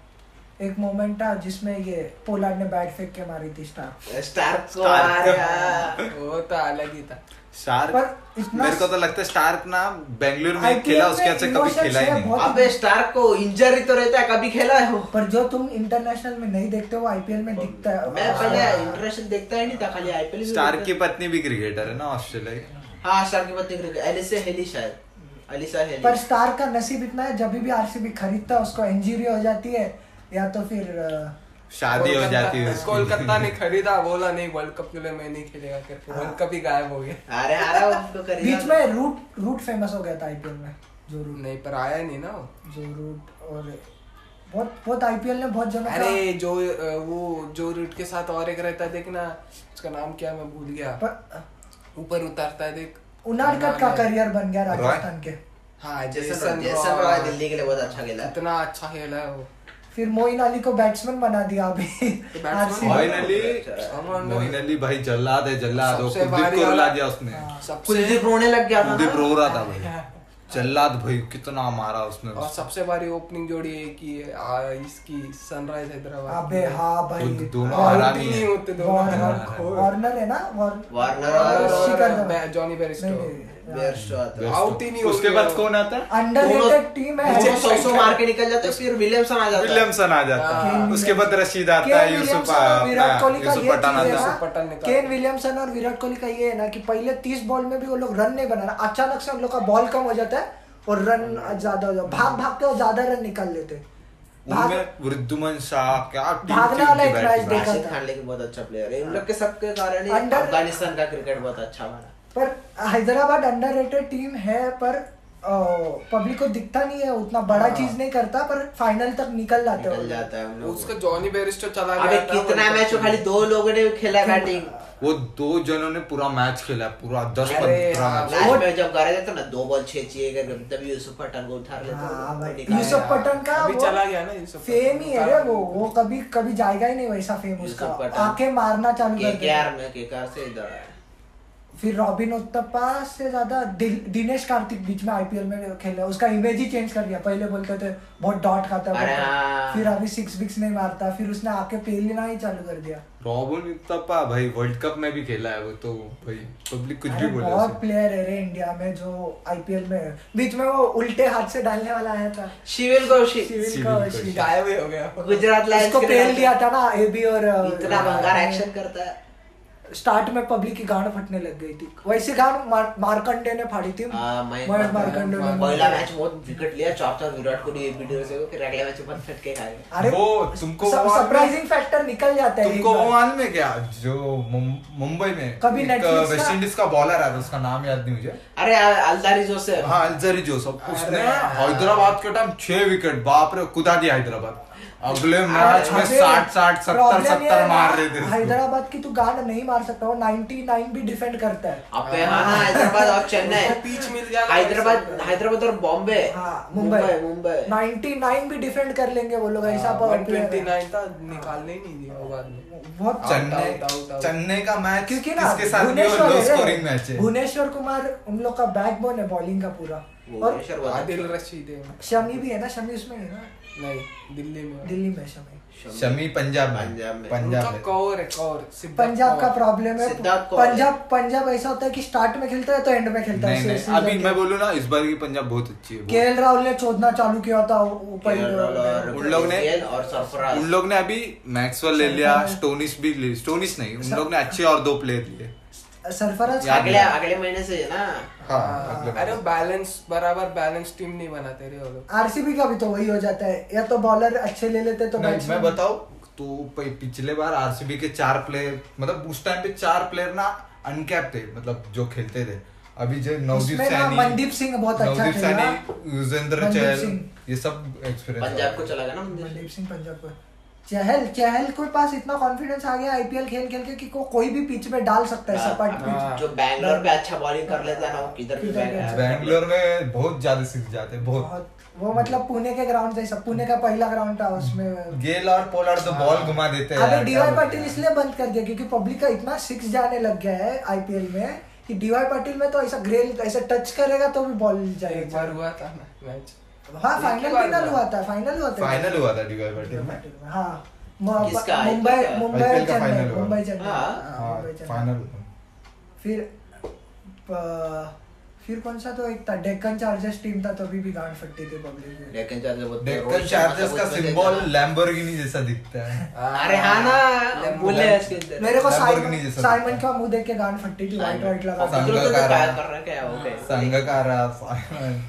B: एक मोमेंट था जिसमें ये पोलार्ड ने बैट फेंक के मारी थी स्टार
A: स्टार को
C: Star
A: आ
C: को।
A: रहा
D: वो तो अलग ही था
B: पर
C: शार्क
B: इतना-
C: मेरे को तो लगता है शार्क ना बेंगलुरु में
B: IPL
C: खेला उसके
B: में
C: अच्छा कभी
B: emotions
C: खेला ही
B: है
C: नहीं
B: बहुत।
A: अबे स्टार को इंजरी तो रहता है कभी खेला है वो
B: पर जो तुम इंटरनेशनल में नहीं देखते हो आईपीएल में दिखता है
A: मैं पहले इंटरेस्ट देखता ही नहीं था खाली आईपीएल
C: स्टार की पत्नी भी क्रिकेटर है ना ऑस्ट्रेलिया की
A: हाँ स्टार की पत्नी क्रिकेट एलिसा हेली शायद एलिसा हेली
B: पर स्टार का नसीब इतना है जब भी आरसीबी खरीदता है उसको इंजरी हो जाती है या तो फिर अ,
C: शादी हो जाती है
D: कोलकाता-
C: उसकी।
D: कोलकाता ने खरीदा बोला नहीं वर्ल्ड कप के लिए मैं नहीं खेलेगा करके वर्ल्ड कप ही गायब हो गया
A: अरे अरे उनको करियर
B: बीच में रूट रूट फेमस हो गया था आईपीएल में जो रूट
D: नहीं पर आया नहीं ना वो।
B: जो रूट और बहुत बहुत आईपीएल ने बहुत जनों
D: अरे
B: का
D: जो अ, वो जो रूट के साथ और एक रहता है देखना उसका नाम क्या है, मैं भूल गया
B: पर
D: ऊपर उतारता है देख
B: उनाडकट का करियर बन गया राजस्थान के
A: हाँ जैसन
D: जेसन
A: रॉ- जेसन
D: रॉ-
A: रॉय दिल्ली के लिए बहुत अच्छा खेला है।
D: इतना अच्छा खेला है वो
B: फिर मोइन अली को बैट्समैन बना दिया अभी
A: तो
D: बैट्समैन?
B: RCB
C: मोइन अली
D: अच्छा।
C: मोइन अली भाई जल्लाद है जल्लाद वो
D: सबसे
C: कुलदीप
D: भारी
C: को रुला
D: वाला-
C: दिया उसने
B: हाँ।
A: कुलदीप
D: सबसे
A: रोने लग गया था
C: कुलदीप
A: ना।
C: रो रहा था भाई जल्लाद भाई कितना मारा उसने
D: और सबसे भारी ओपनिंग जोड़ी है कि आ, इसकी सनराइज हैदराबाद
B: अबे हाँ भाई
C: दो- दोनों
B: और-
C: हरामी
D: नहीं
C: है।
D: होते दोनों हरामी।
B: वार्नर वार्नर है ना वार्नर
A: वार्नर
D: और-
A: और
B: शिखर धवन।
D: बै- जॉनी बेरिस्टो
B: नहीं, नहीं,
A: बेस्ट होता है।
C: Best
D: Out ही नहीं हो
C: उसके
D: गया।
C: बाद कौन आता है
B: अंडररेटेड टीम है
A: दोनों
D: नीचे-
A: सौ सौ मार के निकल जाते हैं, फिर विलियमसन आ जाता है।
C: विलियमसन आ जाता है
B: हाँ।
C: उसके बाद रशीद आता
B: केन
C: है यूसुफ
B: विलियमसन और विराट कोहली का
C: यूसुफ
B: ये
C: पठान
B: चीज है
C: आता है
D: यूसुफ पठान
B: ना
D: निकाल-
B: केन विलियमसन और विराट कोहली का ये है ना कि पहले 30 बॉल में भी वो लोग रन नहीं बना रहा अचानक से उन अच्छा लोग का बॉल कम हो जाता है और रन
D: हाँ।
B: ज्यादा हो जाता भाग भाग के वो ज्यादा रन निकाल लेते हैं। भाग
C: उनमें वृद्धुमन शाह क्या टीम
B: भागने
C: थी
B: वाला
C: उनकी
B: एक
C: बैटिंग
B: मैच
C: में।
B: देखा
A: राशिद
B: था।
A: खान लेकिन बहुत अच्छा प्लेयर है इन लोग के सबके कारण ही
B: Under-
A: अफगानिस्तान का क्रिकेट बहुत अच्छा बना
B: पर हैदराबाद अंडररेटेड टीम है पर पब्लिक को दिखता नहीं है उतना
D: हाँ।
B: बड़ा चीज नहीं करता पर फाइनल तक निकल जाते
A: निकल
B: हैं
A: जाता है हम लोग
D: उसका जॉनी बेरिस्टो चला
A: अबे
D: गया था
A: कितना
D: वो-
A: मैच में खाली दो लोगों ने खेला बैटिंग
C: वो दो जनों ने पूरा मैच खेला पूरा दस
D: अरे
C: पंद्रह
D: हाँ,
C: मैच
A: लास्ट में जब कर रहे थे तो ना दो बॉल छे छे करके तब यूसुफ पठान को उठा लेता
B: हाँ
A: और
B: भाई
A: निकाल
B: यूसुफ
A: दिया।
B: पठान का
D: अभी
B: वो
D: चला गया ना यूसुफ
B: फेम
D: पठान।
B: ही है रे वो वो कभी कभी जाएगा ही नहीं वैसा फेम
A: यूसुफ
B: उसका
A: पठान।
B: आंखें मारना चालू कर
A: KKR
B: देता है।
A: में KKR से इधर आया
B: फिर रॉबिन उत्तपा से ज्यादा दिल- दिनेश कार्तिक बीच में आईपीएल में खेल रहा है उसका इमेज ही चेंज कर दिया पहले बोलते थे बहुत डॉट खाता है
A: अरे
B: बोलते थे।
A: हाँ।
B: फिर अभी सिक्स बिक्स नहीं मारता फिर उसने आके पेलना ही चालू कर दिया
C: रॉबिन उत्तपा भाई वर्ल्ड कप में भी खेला है वो तो भाई पब्लिक कुछ भी
B: अरे
C: बोले
B: बहुत
C: उसे।
B: प्लेयर है रे इंडिया में जो आईपीएल में है। बीच में वो उल्टे हाथ से डालने वाला आया था
A: शिविल कौशिक
B: शिविल
C: शिविल
B: का
C: कौशिक।
B: शिविल।
D: गायब ही हो गया
A: गुजरात लायंस
B: उसको
A: के
B: पेल
A: लिए
B: दिया था हाँ, ना एबी और अ,
A: इतना भंगार एक्शन करता है
B: स्टार्ट में पब्लिक की गांड फटने लग गई थी वैसे गांड मार, मारकंडे ने फाड़ी थी
A: हाँ, मैं-
B: मयंक मार्कंडे ने
A: पहला मैच बहुत विकेट लिया चार चार विराट कोहली एक बीटर से फिर अगले मैच में फटके खा गए
B: अरे
C: वो तुमको वो मालूम है?
B: सरप्राइजिंग फैक्टर निकल जाता है एक
C: तुमको वो
B: बार।
C: मालूम है क्या जो मुं- मुंबई में
B: कभी
C: एक
B: Netflix
C: वेस्ट
B: का-
C: इंडीज का बॉलर आया था उसका नाम याद नहीं मुझे
A: अरे अलदारी जोसेफ
C: हाँ अलजरी जोसफ उसने
D: अरे।
C: हैदराबाद के टाइम छह विकेट बाप रे कुदा दिया हैदराबाद अगले मैच में
B: अबे,
C: साठ साठ सत्तर
B: problem ये है
C: सत्तर
B: ना,
C: मार रहे थे उसको।
B: हैदराबाद की तू गांड नहीं मार सकता वो 99 भी डिफेंड करता है
A: अबे हाँ हाँ, हैदराबाद और चेन्नई
D: उसको pitch मिल गया ना,
A: हैदराबाद
D: उसको।
A: हैदराबाद और बॉम्बे
B: हाँ, मुंबई
A: मुंबई
B: 99 भी डिफेंड कर लेंगे वो लोग ऐसा
C: हाँ,
B: power player है।
D: 129 था निकालने ही नहीं दिया वो बाद में
B: बहुत
D: Out, out, out,
C: Chennai
D: out.
C: Chennai का मैच
B: क्योंकि ना
C: किसके साथ भी वो लो स्कोरिंग मैच है
B: भुवनेश्वर कुमार उन लोग का बैकबोन है बॉलिंग का पूरा और
A: भुवनेश्वर बहुत
D: आदिल
A: अच्छा।
D: रशीद है
B: शमी भी है ना शमी उसमें ही है ना
D: नहीं दिल्ली में
B: दिल्ली में शमी
C: शमी पंजाब
A: पंजाब में।
C: में
D: उनका
C: पंजाब में
D: कौर है कौर सिद्धार्थ
B: पंजाब का
D: कौर।
B: प्रॉब्लम है
A: सिद्धार्थ कौर है।
B: पंजाब पंजाब ऐसा होता है कि स्टार्ट में खेलता है तो एंड में खेलता
C: नहीं
B: है
C: नहीं
B: सीजन
C: अभी
B: के-
C: मैं बोलूँ ना इस बार की पंजाब बहुत अच्छी है बहुत-
B: केएल राहुल ने चोदना चालू किया था ऊपर
A: KL राहुल और
C: उन लोग ने
A: KL और सरफराज
C: उन लोग ने अभी मैक्सवेल ले लिया स्टोनिस भी ले स्टोनिस नहीं उन लोग ने अच्छे और दो प्लेयर लिए
B: सरफराज
A: अच्छा,
C: याद
A: अगले अगले महीने से है ना
C: हाँ
D: हाँ,
B: मतलब-
C: अगले
D: अरे बैलेंस बराबर बैलेंस टीम नहीं बनाते रे वो लोग
B: आरसीबी का भी तो वही हो जाता है या तो बॉलर अच्छे ले लेते तो
C: नहीं, मैं
B: batsman-
C: बताऊं तो प- पिछले बार आरसीबी के चार प्लेयर मतलब उस टाइम पे चार प्लेयर ना अनकैप थे मतलब जो खेलते थे अभी जो नवदीप
B: उसमें ना
C: सैनी
B: मनदीप सिंह बहुत अच्छा
C: नवदीप
B: खेला।
C: सैनी युजेंद्र
B: मनदीप
C: चहल
B: सिंह।
C: ये सब एक्सपीरियंस
A: पंजाब को चला गया ना मुंबई।
B: मनदीप सिंह पंजाब को चहल चहल के पास इतना कॉन्फिडेंस आ गया आईपीएल खेल खेल के कि को, कोई भी पिच में डाल सकता है सपाट
A: हाँ,
B: पिच
A: जो बैंगलोर पे अच्छा बॉलिंग कर लेता है ना वो किधर भी
B: किधर भी
A: बैठा है।
C: बैंगलोर में बहुत ज्यादा सीख जाते हैं, बहुत
B: बहुत वो मतलब पुणे के ग्राउंड जैसा पुणे का पहला ग्राउंड था उसमें
C: गेल और पोलार्ड तो बॉल घुमा देते हैं
B: अबे
C: यार, क्या
B: डीवाई
C: बोलते
B: पाटिल
C: हैं।
B: इसलिए बंद कर दिया क्योंकि पब्लिक का इतना सिक्स जाने लग गया है आईपीएल में कि डीवाई पाटिल में तो ऐसा ग्रेल ऐसा टच करेगा तो भी बॉल
D: एक बार
B: जाएगा
D: हुआ था ना मैच
B: हाँ
D: एक ही
B: फाइनल
D: बार
B: फाइनल
D: हुआ।
B: हुआ था फाइनल हुआ था
C: फाइनल हुआ था डीवाई पाटिल में
B: हाँ मु-
A: किसका?
B: मुंबई
A: IPL का?
B: मुंबई और
C: IPL का
B: चेन्नई
C: final हुआ।
B: मुंबई चेन्नई
A: हाँ,
B: हाँ, मुंबई, चेन्नई।
C: फाइनल हुआ
B: फिर प- फिर कौन सा तो एक था डेक्कन चार्जर्स टीम था तभी भी गांड फटती थी पब्लिक में
A: डेक्कन चार्जर्स बहुत-
C: डेक्कन
A: रोहित शर्मा
C: चार्जर्स
A: सब
C: का
A: उसमें
C: सिंबल
A: देखा ना।
C: लैम्बोर्गिनी जैसा दिखता है
A: अरे हाँ ना बोले हैं इसके अंदर।
B: मेरे को
C: Lamborghini
B: साइमन
C: जैसा
B: साइमन
C: दिखता
B: का मुंह देख के गांड फटती थी वाइट वाइट लगा
A: और
B: था।
C: संग-
A: दूसरों को तो
C: संगकारा।
A: क्या कर रहा है, क्या हो
B: Ah.
A: गया?
C: संगकारा साइमन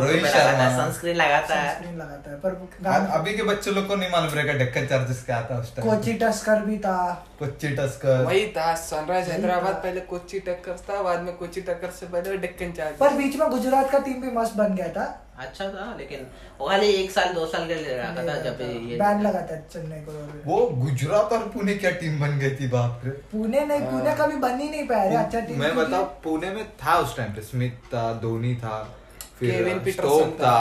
A: उनको
C: रोहित
A: लगाता है,
C: शर्मा।
A: सनस्क्रीन लगाता है
B: लगाता है पर
C: अब-
B: गांड
C: अभी के बच्चे लोग को नहीं मालूम रहेगा डेक्कन चार्जर्स क्या था उस टाइम
B: कोची टस्कर भी था
C: कोच्चि टस्कर
D: वही था सनराइज हैदराबाद पहले कोची टक्कर था बाद में कोची टक्कर से पहले डेक्कन
B: पर
D: चार्जर्स
B: बीच में गुजरात का टीम भी मस्त बन गया था
A: अच्छा था लेकिन वो खाली एक साल दो साल के लिए रखा था जब ये
B: बैन लगा था चेन्नई को और-
C: वो गुजरात और पुणे क्या टीम बन गई थी बाप रे
B: पुणे नहीं
A: हाँ।
B: पुणे कभी बन ही नहीं पाया रे अच्छा टीम
C: मैं
B: क्योंकि-
C: बताऊं पुणे में था उस टाइम पे स्मिथ था धोनी था
D: केविन
C: फिर
D: पीटरसन
C: स्टोक था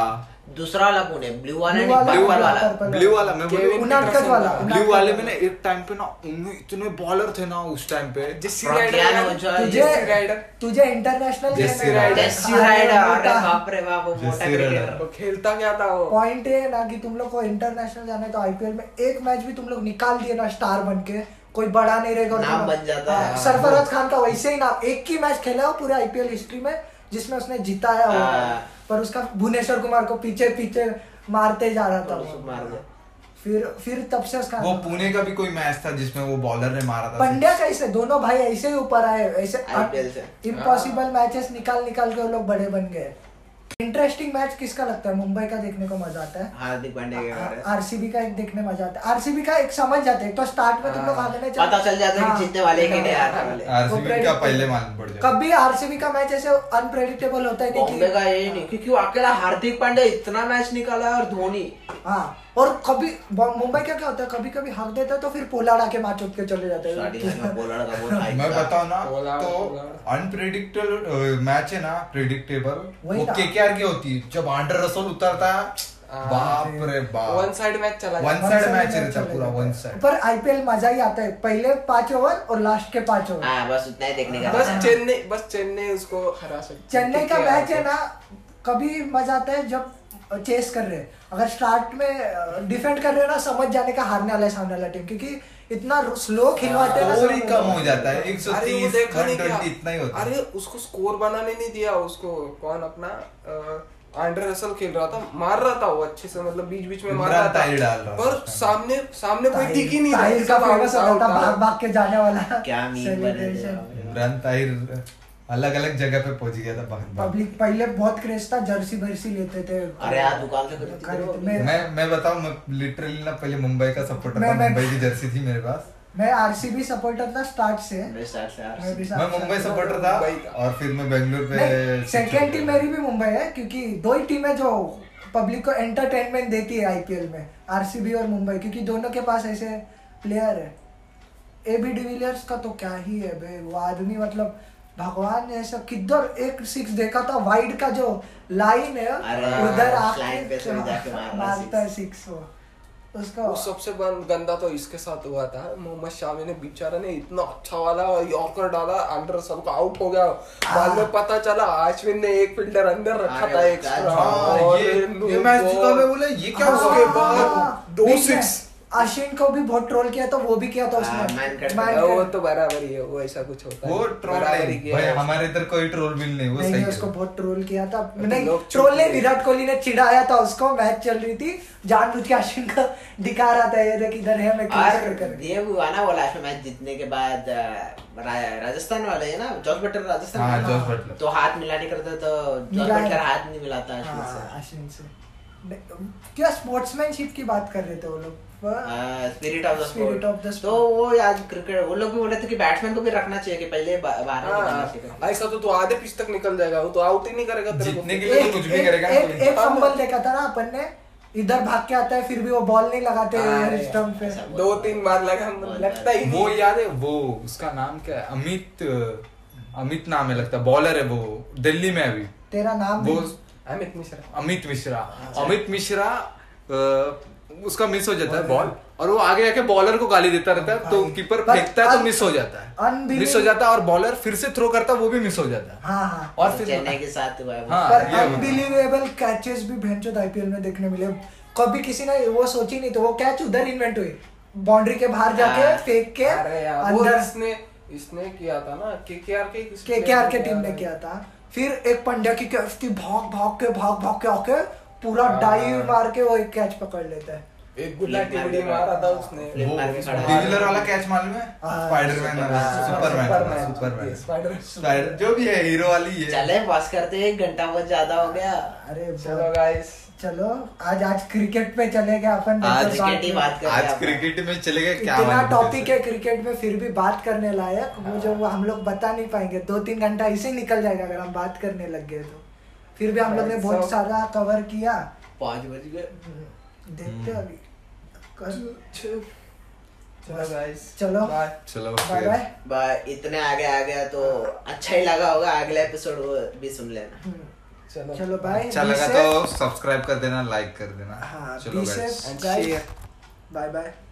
A: दूसरा वाला कौन है ब्लू वाला
B: Blue
A: नहीं
B: वाला,
A: पर्पल वाला
B: purple
C: ब्लू वाला मैं
D: केविन
C: बोलूं
B: उनाटकट वाला
C: ब्लू वाले में ना एक टाइम पे ना उनमें इतने बॉलर थे ना उस टाइम पे
D: Jesse
A: From Keanu
D: Ryder
A: Johnson.
B: तुझे
D: जेसी राइडर
B: तुझे international
C: Jesse Ryder।
A: Jesse Ryder, अरे बाप रे बाप वो
C: Jesse
A: मोटा
C: Ryder।
A: क्रिकेटर
D: वो खेलता क्या था वो
B: पॉइंट ये है ना कि तुम लोग को इंटरनेशनल जाना है तो आईपीएल में एक मैच भी तुम लोग निकाल दिए ना स्टार बन के कोई बड़ा नहीं रहेगा
A: नाम
B: तुम्हारा।
A: बन जाता है।
B: हाँ, सरफराज खान का वैसे ही नाम एक ही मैच खेला हो पूरे आईपीएल हिस्ट्री में जिसमें उसने जीता है वो।
A: हाँ।
B: पर उसका भुवनेश्वर कुमार को पीछे पीछे मारते जा रहा था
A: तो उसको मार
B: वो।
A: दे।
B: फिर फिर तब से उसका
C: वो पुणे का भी कोई मैच था जिसमें वो बॉलर ने मारा था
B: पंड्या कैसे दोनों भाई ऐसे ही ऊपर आए ऐसे
A: IPL से। हाँ।
B: इम्पॉसिबल मैचेस निकाल निकाल के वो लोग बड़े बन गए इंटरेस्टिंग मैच किसका लगता है मुंबई का देखने को मजा आता है
A: हार्दिक पांड्या के बारे में।
B: आरसीबी का एक देखने में मजा आता है आरसीबी का एक समझ जाते हैं तो स्टार्ट में तुम लोग हारने चले-
A: हाँ। पता चल जाता है
B: हाँ।
A: कि जीतने वाले हैं कि नहीं हारने वाले हैं।
B: वो
C: आरसीबी का
B: predictable-
C: पहले मालूम पड़ जाए
B: कभी आरसीबी का मैच ऐसे अनप्रेडिक्टेबल होता ही नहीं
A: बॉम्बे का यही नहीं क्योंकि वो अकेला हार्दिक पांड्या इतना मैच निकाला और धोनी
B: हाँ और कभी बॉम- मुंबई का क्या होता है कभी कभी हक देता है तो फिर पोलाड़ा के मैच उठ के चले जाते
A: स्टार्टिंग
B: हैं
A: में बॉलर का
B: <laughs>
A: बहुत हाइप
C: मैं
A: था।
C: बताऊं ना
D: बोला-
C: तो
D: बोला।
C: अनप्रेडिक्टेबल मैच है ना प्रेडिक्टेबल
B: वही
C: वो
B: ना।
C: केकेआर की होती है जब आंडर रसल उतरता है बाप रे बाप
D: वन साइड मैच चला
C: One
D: जाता।
C: side match रहता है पूरा, one side।
B: पर आईपीएल मजा ही आता है पहले पांच ओवर और लास्ट के पांच ओवर
A: हाँ बस उतना ही देखने का
D: बस
A: था।
D: चेन्नई बस चेन्नई उसको हरा सकती
B: चेन्नई का
D: KKR
B: मैच है
D: को।
B: ना कभी मजा आता है जब चेस कर रहे हैं अगर स्टार्ट में डिफेंड कर रहे हो ना समझ जाने का हारने वाला है सामने वाला टीम क्योंकि इतना स्लो खिलवाते हैं ना
C: स्कोर ही
B: सामने
C: कम
B: वाला।
C: हो जाता है एक सौ
D: अरे वो
C: तीस
D: देखा नहीं क्या?
C: इतना ही होता
D: अरे
C: है
D: उसको स्कोर बनाने नहीं दिया उसको कौन अपना अ, एंड्रे रसल खेल रहा था मार रहा था वो अच्छे से मतलब बीच बीच में मार
C: इमरान
D: रहा था
C: ताहिर डाल रहा
D: पर
C: था।
D: सामने सामने कोई
B: ताहिर-
D: दिख ही नहीं रहा
B: ताहिर का
D: सब
B: फेमस
D: out-
B: होता था
D: out-
B: भाग भाग के जाने वाला
A: क्या मीम बने थे
B: celebration।
C: इमरान ताहिर अलग अलग जगह पे पहुंच गया था बाहर बाहर।
B: पब्लिक पहले बहुत क्रेज था जर्सी बर्सी लेते थे
A: अरे यार दुकान से खरीदते थे वो।
B: खरीदते- मैं-
C: मैं मैं बताऊं मैं लिटरली ना पहले मुंबई का सपोर्टर
B: मैं-
C: था
B: मैं-
C: मुंबई की जर्सी थी मेरे पास
B: मैं आरसीबी सपोर्टर था स्टार्ट से
A: मेरे साथ से यार।
B: मैं भी
C: मैं मुंबई सपोर्टर था
D: मुंबई का।
C: और फिर मैं बेंगलोर पे
B: सेकेंड टीम मेरी भी मुंबई है क्योंकि दो ही टीम है जो पब्लिक को एंटरटेनमेंट देती है आईपीएल में आरसीबी और मुंबई क्योंकि दोनों के पास ऐसे प्लेयर है एबी डिविलियर्स का तो क्या ही है बे वो आदमी मतलब भगवान ने ऐसा किधर एक सिक्स देखा था वाइड का जो लाइन है
A: अरे,
B: उधर
A: line पे से भी जाके मार रहा
B: मारता है
A: six।
B: सिक्स वो उसका
D: वो सबसे बं- गंदा तो इसके साथ हुआ था मोहम्मद शामी ने बेचारा ने इतना अच्छा वाला यॉर्कर डाला अंडर सब का आउट हो गया
B: हाँ।
D: बाद में पता चला आश्विन ने एक फील्डर अंदर रखा
A: अरे
D: था
A: वो क्या
D: एक्स्ट्रा
C: हाँ, ये ये मैच जीता मैं बोला ये क्या
B: हाँ,
C: हुआ
D: उसके बाद
B: हाँ,
D: दो
B: बीच में
D: सिक्स
B: आशिन को भी बहुत ट्रोल किया तो वो भी किया था
A: हाँ,
B: उसने
A: man cut
B: Man
A: कर-
B: cut-
D: वो तो बराबर ही है वो ऐसा कुछ होता
C: वो
D: है
C: ट्रोल
D: बराबर ही
C: नहीं
D: किया
C: भाई
D: है।
C: हमारे इधर कोई ट्रोल भी नहीं वो
B: नहीं
C: सही
B: नहीं, उसको
C: है।
B: बहुत ट्रोल किया था
D: तो
B: नहीं
D: लोग
B: ट्रोल
D: चुप
B: ने
D: रहे।
B: विराट कोहली ने चिढ़ाया था उसको मैच चल रही थी जानबूझ के आशिन को दिखा रहा था ये देख इधर है मैं क्लियर
A: और
B: कर
A: ये हुआ ना वो लास्ट मैच जीतने के बाद अ, रा- राजस्थान वाले है ना जॉर्ज बटलर राजस्थान
C: हाँ,
A: वाले।
C: George Buttler.
A: तो हाथ मिलाने करते तो जॉर्ज
B: मिलाया।
A: बटलर हाथ नहीं मिलाता अश्विन
B: हाँ,
A: से
B: आशिन से नहीं, क्या स्पोर्ट्समैनशिप की बात कर रहे थे वो लोग पर-
A: spirit of the
B: Spirit of the
A: sport
B: sport.
A: तो वो यार क्रिकेट वो लोग भी बोले थे कि बैट्समैन को भी रखना चाहिए कि पहले बा- बाहर नहीं जाना चाहिए
D: हाँ, ऐसा तो तू आधे पिच तक निकल जाएगा वो तो आउट ही नहीं करेगा तेरे को।
C: जीतने के लिए तो कुछ भी करेगा ना
B: एक
C: कोई।
B: एक फंबल देखा था ना अपन ने इधर भाग के आता है फिर भी वो बॉल नहीं लगाते
D: अरे,
B: स्टंप पे
A: ऐसा
D: दो तीन बार लगा लगता ही
C: वो
D: नहीं
C: याद है वो उसका नाम क्या है अमित अमित नाम है लगता है बॉलर है वो दिल्ली में अभी
B: तेरा नाम
C: वो
B: भी-
D: अमित मिश्रा
C: अमित मिश्रा अमित मिश्रा अ, उसका मिस हो जाता है बॉल और वो आगे आके बॉलर को गाली देता रहता है तो
B: भाई।
C: कीपर
B: बस
C: फेंकता है तो
B: un-
C: मिस हो जाता है
B: unbelievable-
C: मिस हो जाता है और बॉलर फिर से थ्रो करता है वो भी मिस हो जाता है
B: हाँ हाँ
C: और
A: तो
C: फिर
A: चेन्नई के साथ हुआ है वो।
C: हाँ,
B: पर
C: ये हुआ।
B: अनबिलीवेबल कैचेस भी भेंचोद आईपीएल में देखने मिले कभी किसी ने वो सोची नहीं तो वो कैच उधर इन्वेंट हुई बाउंड्री के बाहर जाके
A: हाँ।
B: फेंक के
D: अरे यार वो
B: अंदर
D: इसने इसने किया था ना केकेआर के किसी
B: के
D: player
B: के टीम ने किया था फिर एक पंड्या की कैच थी भाग भाग के भाग भाग के आके पूरा
D: हाँ।
B: डाइव मार के वो एक कैच पकड़ लेता है
D: एक गुल्ला टिबड़ी मारा था उसने
A: Flip
C: वो
A: मार के खड़ा है।
C: डिजिलर वाला कैच मालूम है
B: हाँ,
C: स्पाइडरमैन वाला
A: हाँ,
C: सुपरमैन वाला,
D: सुपरमैन,
C: सुपरमैन
D: ये स्पाइडर-
C: स्पाइडर जो भी है हीरो वाली है
A: चले बस करते हैं, एक घंटा बहुत ज्यादा हो गया
B: अरे
D: चलो
B: बहुत-
D: गाइस
B: चलो आज आज क्रिकेट पे चले गए अपन
C: आज
B: तो
A: क्रिकेट ही बात कर रहे हैं
C: आज
A: अपन।
C: क्रिकेट में चले गए क्या
B: इतना
C: मालूम
B: टॉपिक
C: कैसे। हाँ।
B: है क्रिकेट में फिर भी बात करने लायक वो जो वो हम लोग बता नहीं पाएंगे दो तीन घंटा इसे निकल जाएगा अगर हम बात करने लग गए तो फिर भी हम लोग ने
D: Right,
B: बहुत
D: so-
B: सारा कवर किया
A: पाँच बज गए
C: हम्म।
B: देखते हैं अभी कर-
D: चलो गाइस
B: चलो।
D: बाय
C: चलो
B: बाय
C: फिर।
B: बाय
A: बा- इतने आगे आ गया तो अच्छा ही लगा होगा अगला एपिसोड वो भी सुन लेना
D: चलो
B: चलो बाय
C: हम्म। अच्छा लगा तो सब्सक्राइब कर देना लाइक कर देना
B: हाँ
C: चलो
B: be
C: guys.
B: safe
D: And
B: guys
C: तो-
D: share.
B: Bye bye